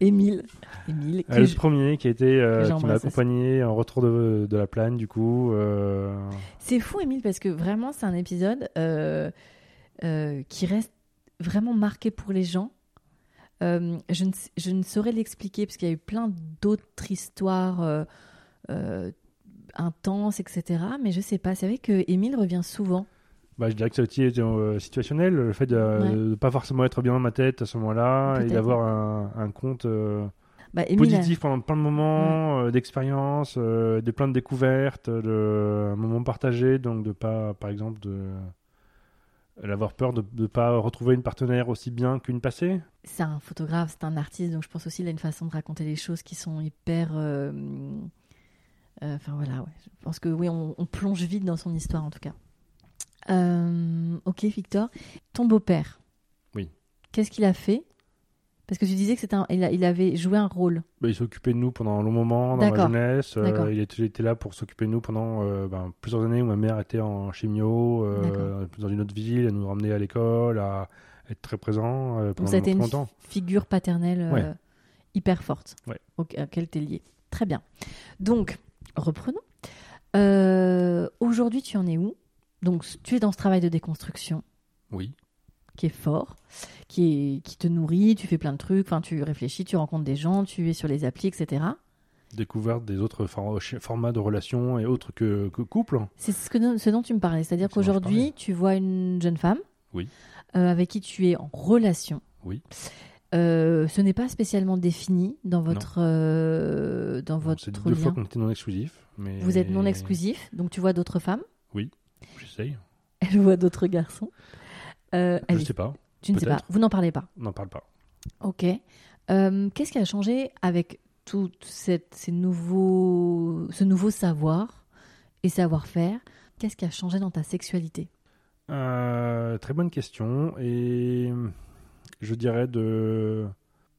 A: Émile. Émile.
B: euh,
A: que
B: le
A: je-
B: premier qui a été, euh,
A: que
B: qui m'a
A: j'embrasse aussi.
B: accompagné en retour de, de la plagne du coup. euh,
A: C'est fou, Émile, parce que vraiment, c'est un épisode euh, euh, qui reste vraiment marqué pour les gens. Euh, je, ne, sais- je ne saurais l'expliquer, parce qu'il y a eu plein d'autres histoires euh, euh, intenses, etc. Mais je sais pas. C'est vrai que Émile revient souvent.
B: Bah, je dirais que ça aussi était euh, situationnel, le fait de
A: Ouais. Ah,
B: ne pas forcément être bien dans ma tête à ce moment-là et
A: Peut-être.
B: d'avoir un, un compte euh,
A: Bah, Émile a-
B: positif pendant plein de moments, euh, d'expériences, euh, des plein de découvertes, de moments partagés, donc de pas, par exemple, de d'avoir peur de ne pas retrouver une partenaire aussi bien qu'une passée.
A: c'est un photographe, c'est un artiste, donc je pense aussi qu'il a une façon de raconter les choses qui sont hyper. euh, euh, Enfin voilà, ouais. je pense que oui, on, on plonge vite dans son histoire en tout cas. Euh, ok, Victor, ton beau-père.
B: Oui.
A: Qu'est-ce qu'il a fait Parce que tu disais que c'était un- il, a- il avait joué un rôle.
B: Bah, il s'est occupé de nous pendant un long moment dans ma
A: D'accord.
B: jeunesse. euh,
A: D'accord.
B: il était, était là pour s'occuper de nous pendant euh, ben, plusieurs années où ma mère était en chimio, euh, dans une autre ville, à nous ramener à l'école, à être très présent euh,
A: Donc
B: pendant
A: ça a été
B: très
A: une
B: longtemps.
A: fi- figure paternelle euh,
B: Ouais.
A: hyper forte
B: Ouais.
A: au- à laquelle tu es lié. Très bien. Donc, reprenons. Euh, Aujourd'hui, tu en es où Donc, tu es dans ce travail de déconstruction.
B: Oui.
A: qui est fort, qui, est, qui te nourrit, tu fais plein de trucs, enfin tu réfléchis, tu rencontres des gens, tu es sur les applis, etc.
B: Découverte des autres for- ch- formats de relations et autres que, que couple.
A: C'est ce, que, ce dont tu me parlais, c'est-à-dire
B: Ce dont je
A: qu'aujourd'hui
B: parlais.
A: tu vois une jeune femme
B: Oui.
A: euh, avec qui tu es en relation.
B: Oui.
A: Euh, ce n'est pas spécialement défini dans votre, euh, dans
B: Donc,
A: votre
B: C'est deux fois
A: lien.
B: qu'on était non exclusif. Mais...
A: Vous êtes non exclusif, donc tu vois d'autres femmes,
B: J'essaye.
A: elle voit d'autres garçons. Euh,
B: Je
A: allez,
B: sais pas.
A: tu ne sais pas,
B: peut-être.
A: vous n'en parlez pas.
B: On n'en parle pas.
A: Ok. Euh, Qu'est-ce qui a changé avec tout cette, ces nouveaux, ce nouveau savoir et savoir-faire Qu'est-ce qui a changé dans ta sexualité
B: Euh, très bonne question. Et je dirais de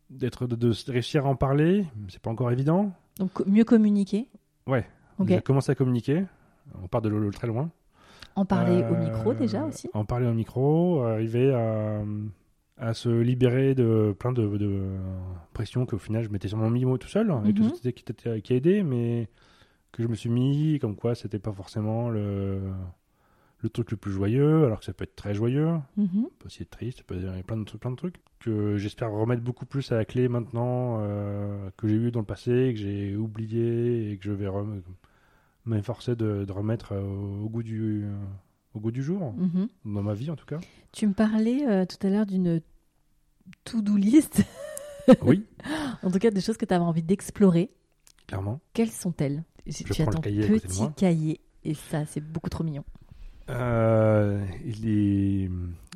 B: d'être de, de réussir à en parler, c'est pas encore évident.
A: Donc co- mieux communiquer
B: Ouais.
A: Ok.
B: J'ai commencé à communiquer. On part de le- le très loin.
A: En parler au
B: Euh,
A: micro déjà aussi
B: En parler au micro, arriver à, à se libérer de plein de, de pressions qu'au final je m'étais sûrement mis moi tout seul et tout
A: Mhm.
B: ce qui était- qui, était- qui a aidé, mais que je me suis mis comme quoi c'était pas forcément le, le truc le plus joyeux, alors que ça peut être très joyeux,
A: Mhm.
B: ça peut aussi être Bah, triste, ça peut être plein de, trucs- plein de trucs que j'espère remettre beaucoup plus à la clé maintenant euh, que j'ai eu dans le passé, que j'ai oublié et que je vais rem- m'efforcer de, de remettre euh, au, goût du, au goût du jour
A: Mhm.
B: dans ma vie en tout cas.
A: Tu me parlais euh, tout à l'heure d'une to-do list,
B: Oui,
A: en tout cas des choses que tu avais envie d'explorer.
B: clairement.
A: Quelles sont-elles J'ai-
B: Je
A: Tu as
B: prends le
A: ton
B: cahier à côté de
A: petit
B: moi.
A: cahier et ça, c'est beaucoup trop mignon.
B: Euh, les,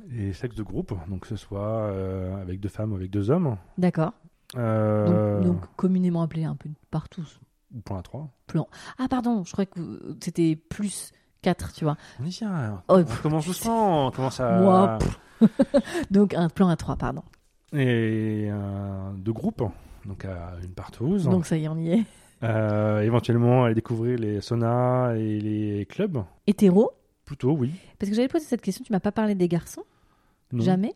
B: les sexes de groupe, donc que ce soit euh, avec deux femmes ou avec deux hommes,
A: D'accord. Donc,
B: euh,
A: donc communément appelé un peu par tous.
B: ou point à trois.
A: Ah pardon, je croyais que vous- c'était plus 4, tu vois.
B: On y vient.
A: Oh,
B: on
A: pff,
B: commence
A: tu sais.
B: doucement. On commence à.
A: Moi, pff. Donc un plan à 3, pardon.
B: et euh, deux groupes, donc à une partouze.
A: Donc ça y est, on y est.
B: Euh, éventuellement, aller découvrir les saunas et les clubs.
A: Hétéro
B: Plutôt, oui.
A: Parce que j'avais posé cette question, tu m'as pas parlé des garçons
B: Non.
A: Jamais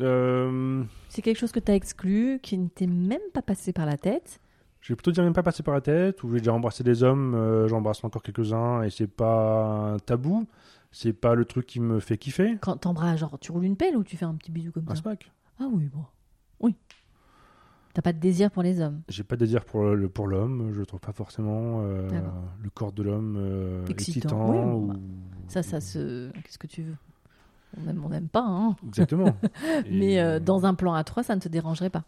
B: Euh,
A: C'est quelque chose que tu as exclu, qui ne t'est même pas passé par la tête.
B: je vais plutôt dire même pas passer par la tête, ou j'ai déjà embrassé des hommes, euh, j'embrasse encore quelques-uns, et c'est pas un tabou, c'est pas le truc qui me fait kiffer.
A: Quand t'embrasses, genre, tu roules une pelle ou tu fais un petit bisou comme
B: Un
A: ça
B: smack.
A: Ah oui, bon. Oui. T'as pas de désir pour les hommes.
B: J'ai pas de désir pour le- pour l'homme, je trouve pas forcément euh,
A: D'accord.
B: le corps de l'homme euh,
A: Excitant.
B: excitant.
A: Oui,
B: ou-
A: bah, Ça, ça se. Qu'est-ce que tu veux On aime, on n'aime pas, hein.
B: Exactement. Et-
A: Mais euh, dans un plan à trois, ça ne te dérangerait pas.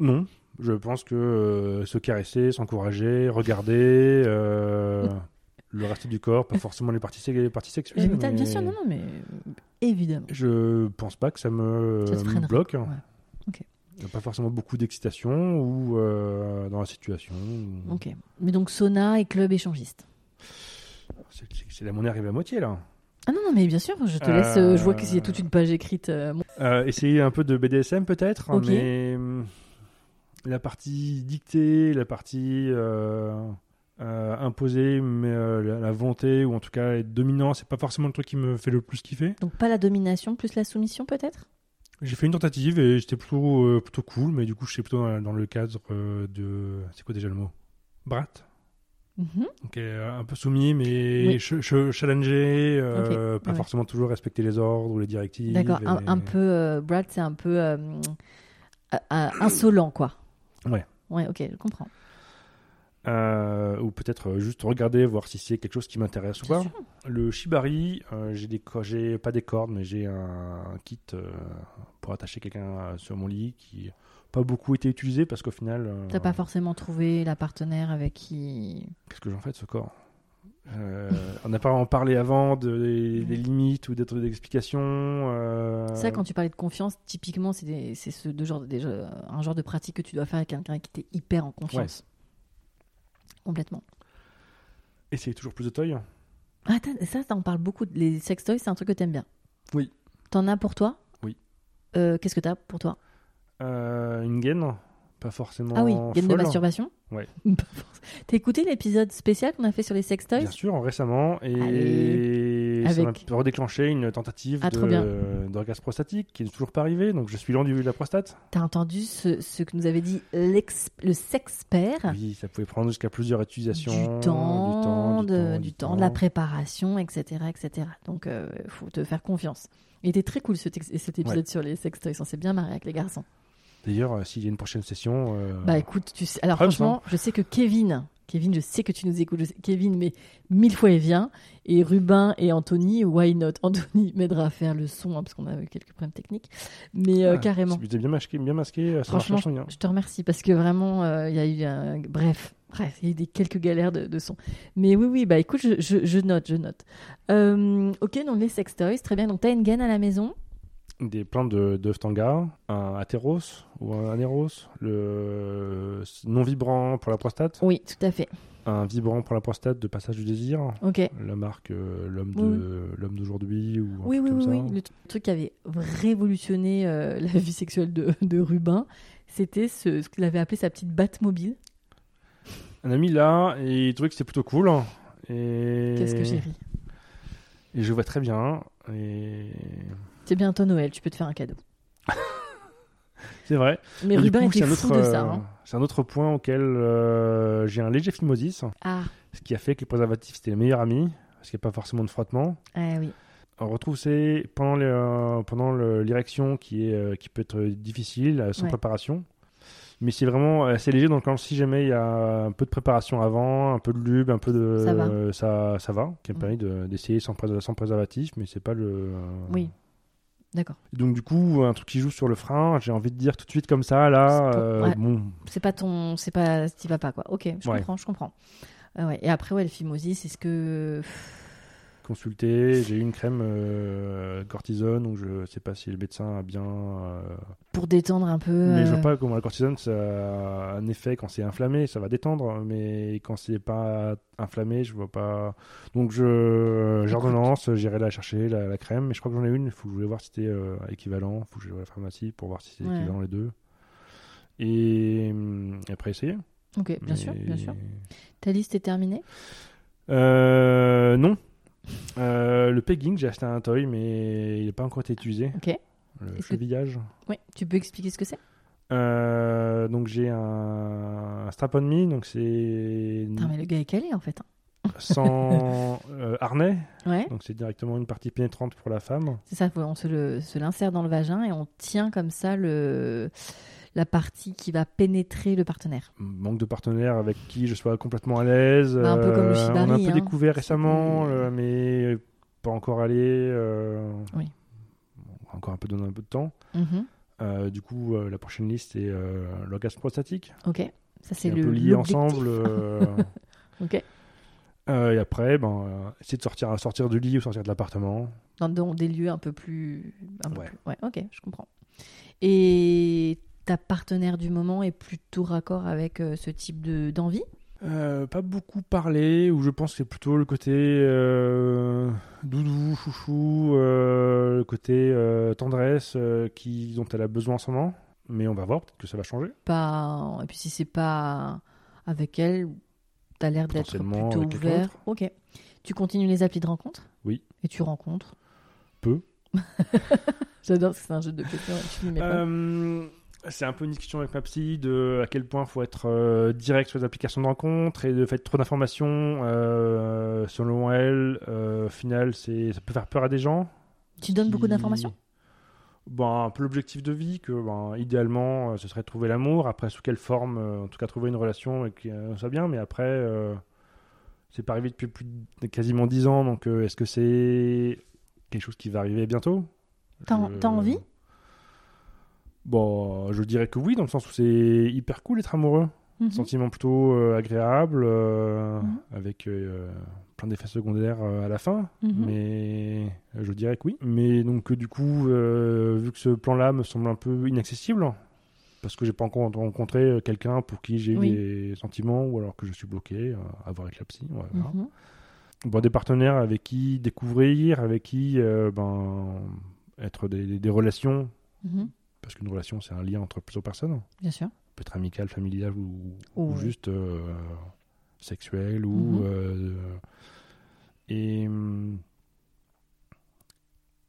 B: Non, je pense que euh, se caresser, s'encourager, regarder euh, le reste du corps, pas forcément les parties, sé- les parties sexuelles.
A: J'aime ta- Bien
B: mais
A: sûr, non, non, mais euh, évidemment.
B: Je pense pas que ça me, euh,
A: Ça te
B: me
A: freinerait.
B: bloque.
A: Ok.
B: Il y a Pas forcément beaucoup d'excitation ou euh, dans la situation. ou-
A: Ok. Mais donc sauna et club échangiste.
B: C'est c'est la monnaie arrive à moitié là.
A: Ah non, non, mais bien sûr, je te
B: Euh,
A: laisse. euh, je vois qu'il y a toute une page écrite. euh, bon.
B: Euh, essayer un peu de BDSM peut-être,
A: Ok.
B: mais hum, la partie dictée, la partie euh, euh, imposée, mais euh, la, la volonté ou en tout cas être dominant, c'est pas forcément le truc qui me fait le plus kiffer.
A: Donc pas la domination, plus la soumission peut-être
B: J'ai fait une tentative et j'étais plutôt euh, plutôt cool, mais du coup je suis plutôt dans, dans le cadre euh, de c'est quoi déjà le mot Brat.
A: Mhm.
B: Donc euh, un peu soumis, mais
A: Oui.
B: ch- ch- challengé, euh, pas
A: ouais.
B: forcément toujours respecter les ordres ou les directives.
A: D'accord. Un,
B: et-
A: un peu. euh, Brad, c'est un peu euh, euh, euh, insolent, quoi.
B: Ouais.
A: Ouais, ok, je comprends.
B: Euh, ou peut-être euh, juste regarder, voir si c'est quelque chose qui m'intéresse ou
A: Bien
B: pas. Le shibari, euh, j'ai des co- j'ai pas des cordes, mais j'ai un, un kit euh, pour attacher quelqu'un euh, sur mon lit qui n'a pas beaucoup été utilisé parce qu'au final, euh,
A: T'as pas forcément trouvé la partenaire avec qui.
B: qu'est-ce que j'en fais de ce corps Euh, On n'a pas en parlé avant de- des, des limites ou d'autres explications. euh,
A: Ça, quand tu parlais de confiance, typiquement, c'est des- c'est ce de genre, des- euh, un genre de pratique que tu dois faire avec quelqu'un qui t'est hyper en confiance. Complètement.
B: Essayer toujours plus de toy.
A: Ah, t'as- ça, ça, on parle beaucoup. de- Les sextoys, c'est un truc que t'aimes bien.
B: Oui.
A: T'en as pour toi
B: Oui.
A: Euh, Qu'est-ce que t'as pour toi
B: Euh, une gaine, pas forcément.
A: Ah oui, gaine de
B: folle.
A: masturbation
B: Ouais.
A: Pas forcément. T'as écouté l'épisode spécial qu'on a fait sur les sextoys
B: Bien sûr, récemment, et
A: Allez.
B: ça
A: Avec-
B: m'a redéclenché une tentative
A: Ah, trop bien.
B: de- d'orgasme prostatique qui n'est toujours pas arrivée, donc je suis loin du de la prostate.
A: T'as entendu ce, ce que nous avait dit l'ex- le sexpert
B: Oui, ça pouvait prendre jusqu'à plusieurs
A: Ah. du
B: utilisations.
A: temps, de, du temps, de la préparation, etc. etc. Donc, euh, faut te faire confiance. Il était très cool ce tex- cet épisode sur les sextoys. On s'est bien marré avec les garçons.
B: D'ailleurs, euh, s'il y a une prochaine session, euh,
A: Bah écoute, tu sais- alors
B: Preuve,
A: franchement, je sais que Kevin, Kevin, je sais que tu nous écoutes, je sais- Kevin, mais mille fois il vient. Et Rubin et Anthony, why not Anthony m'aidera à faire le son, hein, parce qu'on a eu quelques problèmes techniques. Mais euh,
B: ah,
A: carrément,
B: si vous êtes bien masqué, bien masqué euh, ça marche
A: Franchement,
B: vachement bien.
A: je te remercie, parce que vraiment, euh, il y a eu un... Bref, bref, il y a eu des quelques galères de, de son. Mais oui, oui, bah écoute, je, je- je note, je note. Euh, ok, donc les sextoys, très bien. Donc t'as une gaine à la maison
B: Des plantes de, de ftanga, un atéros ou un anéros, le non vibrant pour la prostate,
A: Oui, tout à fait.
B: un vibrant pour la prostate de passage du désir,
A: Ok.
B: la marque euh, l'homme
A: Oui,
B: de l'homme d'aujourd'hui ou un
A: Oui, oui,
B: truc
A: oui,
B: comme ça.
A: oui. Le tr- truc qui avait révolutionné euh, la vie sexuelle de, de Rubin, c'était ce, ce qu'il avait appelé sa petite batte mobile.
B: un ami là et il trouvait que c'était plutôt cool. hein. Et...
A: Qu'est-ce que j'ai ri.
B: Et je vois très bien. Et...
A: C'est bientôt Noël, tu peux te faire un cadeau.
B: C'est vrai.
A: Mais
B: Et Ah, du
A: Rubin
B: coup,
A: était
B: c'est un
A: fou
B: autre,
A: de ça.
B: euh,
A: hein.
B: C'est un autre point auquel euh, j'ai un léger phimosis,
A: Ah,
B: ce qui a fait que les préservatifs c'était les meilleurs amis, parce qu'il n'y a pas forcément de frottement.
A: ah oui.
B: On retrouve c'est pendant les, euh, pendant le- l'érection qui est euh, qui peut être difficile euh, sans
A: Ouais.
B: préparation. Mais c'est vraiment assez léger, donc quand si jamais il y a un peu de préparation avant, un peu de lube, un peu de
A: Ça va.
B: euh, ça, ça va, qui
A: Mm.
B: me permet de- d'essayer sans, prés- sans préservatif, mais c'est pas le. euh,
A: Oui. D'accord.
B: Donc du coup, un truc qui joue sur le frein, j'ai envie de dire tout de suite comme ça, là,
A: C'est pas-
B: euh,
A: ouais.
B: bon,
A: C'est pas ton. C'est pas. T'y vas pas, quoi. Ok, je
B: Ouais.
A: comprends, je comprends. Ah ouais. Et après, ouais, le phimosis, c'est ce que.
B: consulter, j'ai eu une crème euh, cortisone, donc je sais pas si le médecin a bien. euh,
A: Pour détendre un peu.
B: Mais je
A: euh,
B: vois pas comment la cortisone, ça a un effet quand c'est inflammé, ça va détendre, mais quand c'est pas inflammé, je vois pas. Donc je j'ordonnance, j'irai la chercher la, la crème, mais je crois que j'en ai une. Il faut que je voulais voir si c'était euh, équivalent. Il faut que je vais à la pharmacie pour voir si c'est
A: Ouais.
B: équivalent les deux. Et, euh, et après essayer.
A: Ok, bien
B: Mais-
A: sûr, bien sûr. Ta liste est terminée
B: Euh, non. Euh, le pegging, j'ai acheté un toy, mais il n'a pas encore été utilisé.
A: Ok.
B: Le
A: Est-ce que-
B: chevillage.
A: Oui. Tu peux expliquer ce que c'est
B: Euh, donc j'ai un, un strap on me, donc c'est
A: Putain, mais le gars est calé en fait. hein.
B: sans euh, harnais,
A: Ouais.
B: donc c'est directement une partie pénétrante pour la femme.
A: C'est ça, faut- on se le- se l'insère dans le vagin et on tient comme ça le, la partie qui va pénétrer le partenaire.
B: Manque de partenaire avec qui je sois complètement à l'aise.
A: Bah, un peu comme le
B: Euh,
A: shibari,
B: On a un peu
A: hein.
B: découvert récemment,
A: C'est-
B: euh, mais pas encore allé. euh,
A: Oui.
B: on va Encore un peu donner un peu de temps.
A: Mhm.
B: Euh, du coup, euh, la prochaine liste est euh, l'orgasme prostatique.
A: Ok, ça
B: C'est
A: c'est
B: un
A: le.
B: peu lié
A: l'objectif.
B: ensemble. euh,
A: Ok,
B: euh, et après, ben, euh, essayer de sortir, sortir du lit ou sortir de l'appartement.
A: dans, dans des lieux un peu plus. un peu
B: Ouais.
A: plus- ok, je comprends. Et ta partenaire du moment est plutôt raccord avec euh, ce type de d'envie
B: Euh, pas beaucoup parlé, ou je pense que c'est plutôt le côté euh, doudou, chouchou, euh, le côté euh, tendresse euh, qui, dont elle a besoin en ce moment. Mais on va voir, peut-être que ça va changer.
A: Pas. Et puis si c'est pas avec elle, t'as l'air d'être
B: Potentiellement
A: plutôt
B: avec quelqu'un
A: ouvert.
B: d'autre.
A: Ok. Tu continues les applis de rencontre
B: Oui.
A: Et tu rencontres
B: Peu.
A: J'adore, parce que c'est un jeu de questions. et Tu n'y mets pas.
B: Euh, c'est un peu une discussion avec ma psy de à quel point faut être euh, direct sur les applications de rencontre et de fait trop d'informations. euh, selon elle, euh, au final, c'est, ça peut faire peur à des gens.
A: Tu donnes beaucoup
B: qui-
A: d'informations
B: ben, un peu l'objectif de vie, que ben, idéalement, euh, ce serait de trouver l'amour. Après, sous quelle forme euh, En tout cas, trouver une relation et que euh, ça soit bien. Mais après, euh, c'est pas arrivé depuis plus de- quasiment 10 ans. Donc, euh, est-ce que c'est quelque chose qui va arriver bientôt
A: T'as-
B: Je-
A: t'as envie
B: Bon, je dirais que oui, dans le sens où c'est hyper cool d'être amoureux.
A: Mhm.
B: Sentiment plutôt euh, agréable, euh,
A: Mhm.
B: avec euh, plein d'effets secondaires euh, à la fin.
A: Mhm.
B: Mais euh, je dirais que oui. Mais donc, euh, du coup, euh, vu que ce plan-là me semble un peu inaccessible, parce que j'ai pas encore rencontré euh, quelqu'un pour qui j'ai eu
A: Oui.
B: des sentiments, ou alors que je suis bloqué, euh, à voir avec la psy. on va voir.
A: Mhm.
B: Bon, des partenaires avec qui découvrir, avec qui euh, ben, être des, des- des relations,
A: Mhm.
B: parce qu'une relation, c'est un lien entre plusieurs personnes,
A: Bien sûr.
B: peut être amical, familial ou,
A: Ou-
B: ou juste euh, sexuel ou
A: Mhm.
B: euh, et hum,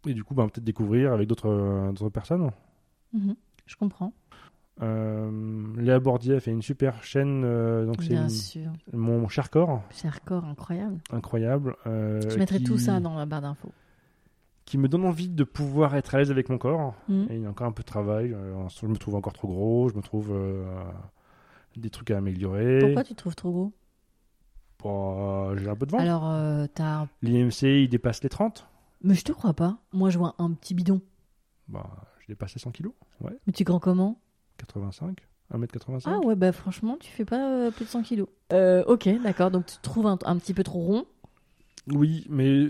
B: et du coup ben, peut-être découvrir avec d'autres euh, d'autres personnes
A: Mhm. Je comprends.
B: Euh, Léa Bordier fait une super chaîne euh, donc c'est
A: Bien
B: une-
A: sûr.
B: mon cher corps
A: C'est hardcore, incroyable.
B: incroyable euh,
A: Je mettrai
B: qui-
A: tout ça dans la barre d'infos.
B: qui me donne envie de pouvoir être à l'aise avec mon corps
A: Mhm.
B: Et il y a encore un peu de travail euh, je me trouve encore trop gros je me trouve euh, des trucs à améliorer
A: Pourquoi tu te trouves trop gros
B: Bon, j'ai un peu de ventre
A: Alors, euh, t'as. un-
B: l'IMC il dépasse les 30
A: Mais je te crois pas. Moi, je vois un petit bidon.
B: Bah, je dépassais 100 kilos. Ouais,
A: Mais tu es grand comment
B: 85. 1m85.
A: Ah ouais, bah franchement, tu fais pas euh, plus de 100 kilos. Euh, ok, d'accord. Donc tu te trouves un, un petit peu trop rond.
B: Oui, mais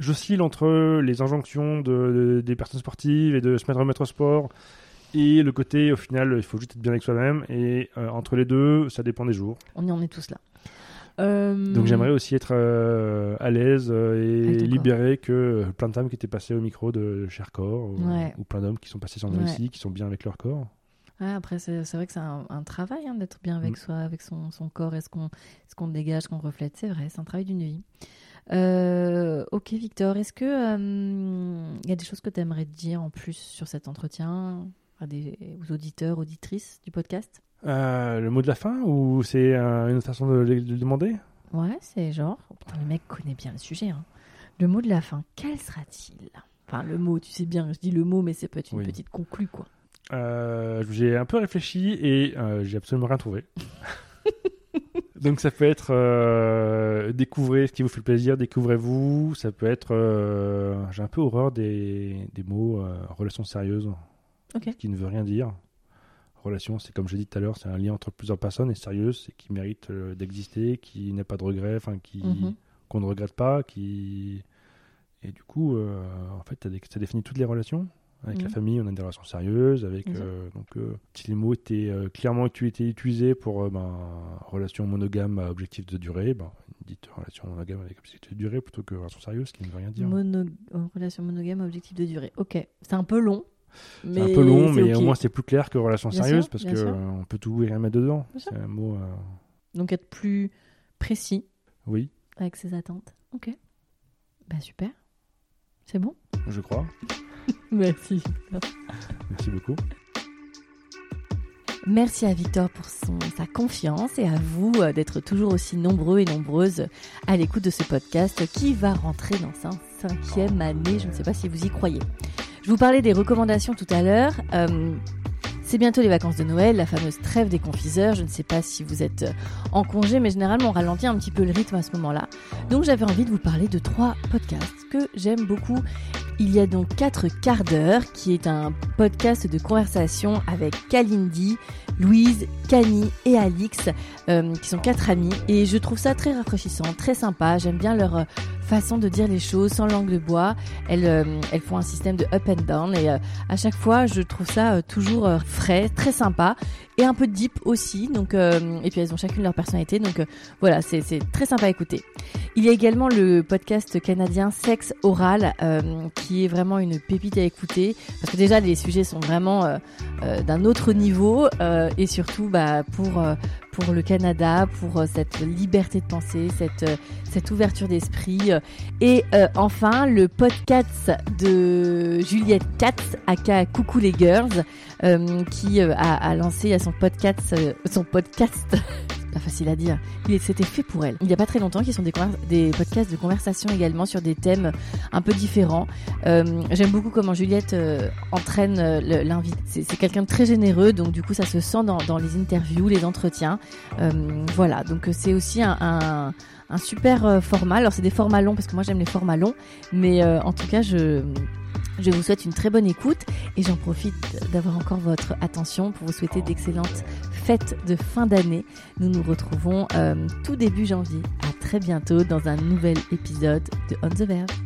B: j'oscille entre les injonctions de, de- des personnes sportives et de se mettre remettre au sport et le côté, au final, il faut juste être bien avec soi-même. Et euh, entre les deux, ça dépend des jours.
A: On y en est tous là. Euh,
B: Donc j'aimerais aussi être euh, à l'aise euh,
A: Avec
B: et
A: ton
B: libéré que euh, plein de femmes qui étaient passées au micro de Cher Corps ou,
A: Ouais.
B: ou plein d'hommes qui sont passés sans nous
A: Ouais.
B: ici, qui sont bien avec leur corps.
A: Ouais, après, c'est c'est vrai que c'est un, un travail hein, d'être bien avec
B: Mm.
A: soi, avec son, son corps et ce qu'on ce qu'on dégage, ce qu'on reflète. C'est vrai, c'est un travail d'une vie. Euh, ok, Victor, est-ce que euh, il y a des choses que tu aimerais dire en plus sur cet entretien à des, aux auditeurs, auditrices du podcast
B: Euh, le mot de la fin ou c'est euh, une autre façon de, le- de le demander
A: Ouais, c'est genre. oh, Putain, le mec connaît bien le sujet. hein. Le mot de la fin, quel sera-t-il Enfin, le mot, tu sais bien, je dis le mot, mais c'est peut-être une
B: Oui.
A: petite conclue, quoi.
B: Euh, j'ai un peu réfléchi et euh, j'ai absolument rien trouvé. Donc ça peut être euh, découvrez ce qui vous fait plaisir, découvrez-vous. Ça peut être euh, j'ai un peu horreur des, des mots euh, relation sérieuse,
A: Ok.
B: ce qui ne veut rien dire. Relation, c'est comme j'ai dit tout à l'heure, c'est un lien entre plusieurs personnes et sérieuse, c'est qui mérite euh, d'exister, qui n'a pas de regrets, enfin qui
A: Mhm.
B: qu'on ne regrette pas, qui et du coup euh, en fait ça dé- ça définit toutes les relations. Avec la
A: Mhm.
B: famille, on a des relations sérieuses. Avec
A: Bien sûr.
B: euh, donc, euh, si les mots étaient euh, clairement utu- étaient utilisés pour euh, ben, relation monogame à objectif de durée, ben, dites relation monogame avec objectif de durée plutôt que relation sérieuse, ce qui ne veut rien dire.
A: Mono- euh, Relation monogame, à objectif de durée. Ok, c'est un peu long.
B: C'est un peu long,
A: c'est
B: mais
A: ok.
B: au moins c'était plus clair que relation
A: Bien
B: sérieuse
A: sûr,
B: parce
A: bien
B: que
A: sûr.
B: euh, on peut tout et rien mettre dedans.
A: Bien sûr.
B: C'est un mot. euh,
A: Donc être plus précis
B: oui,
A: avec ses attentes. Ok. Bah super. C'est bon
B: je crois.
A: Merci.
B: Merci beaucoup.
A: Merci à Victor pour son, sa confiance et à vous euh, d'être toujours aussi nombreux et nombreuses à l'écoute de ce podcast qui va rentrer dans sa cinquième année. Je ne sais pas si vous y croyez. Je vous parlais des recommandations tout à l'heure. Euh, c'est bientôt les vacances de Noël, la fameuse trêve des confiseurs. Je ne sais pas si vous êtes euh, en congé, mais généralement on ralentit un petit peu le rythme à ce moment-là. Donc j'avais envie de vous parler de trois podcasts que j'aime beaucoup. Il y a donc 4 quarts d'heure, qui est un podcast de conversation avec Kalindi, Louise, Camille et Alix, euh, qui sont quatre amis. Et je trouve ça très rafraîchissant, très sympa. J'aime bien leur euh, façon de dire les choses sans langue de bois. Elles, euh, elles font un système de up and down. Et euh, à chaque fois, je trouve ça euh, toujours euh, frais, très sympa. Et un peu deep aussi. Donc, euh, et puis elles ont chacune leur personnalité. Donc euh, voilà, c'est c'est très sympa à écouter. Il y a également le podcast canadien Sexe Oral, euh, qui est vraiment une pépite à écouter. Parce que déjà, les sujets sont vraiment... euh, euh, d'un autre niveau euh, et surtout bah, pour, euh, pour le Canada, pour euh, cette liberté de penser, cette, euh, cette ouverture d'esprit. euh. Et euh, enfin, le podcast de Juliette Katz, aka Coucou les Girls, euh, qui euh, a, a lancé à son podcast, euh, son podcast pas facile à dire, il s'était fait pour elle. Il n'y a pas très longtemps, qui sont des, conver- des podcasts de conversation également sur des thèmes un peu différents. Euh, J'aime beaucoup comment Juliette euh, entraîne euh, le- l'invité. C'est c'est quelqu'un de très généreux, donc du coup ça se sent dans, dans les interviews, les entretiens. Euh, voilà, donc euh, c'est aussi un, un- un super euh, format. Alors c'est des formats longs parce que moi j'aime les formats longs, mais euh, en tout cas je... Je vous souhaite une très bonne écoute et j'en profite d'avoir encore votre attention pour vous souhaiter d'excellentes fêtes de fin d'année. Nous nous retrouvons euh, tout début janvier. À très bientôt dans un nouvel épisode de On the Verve.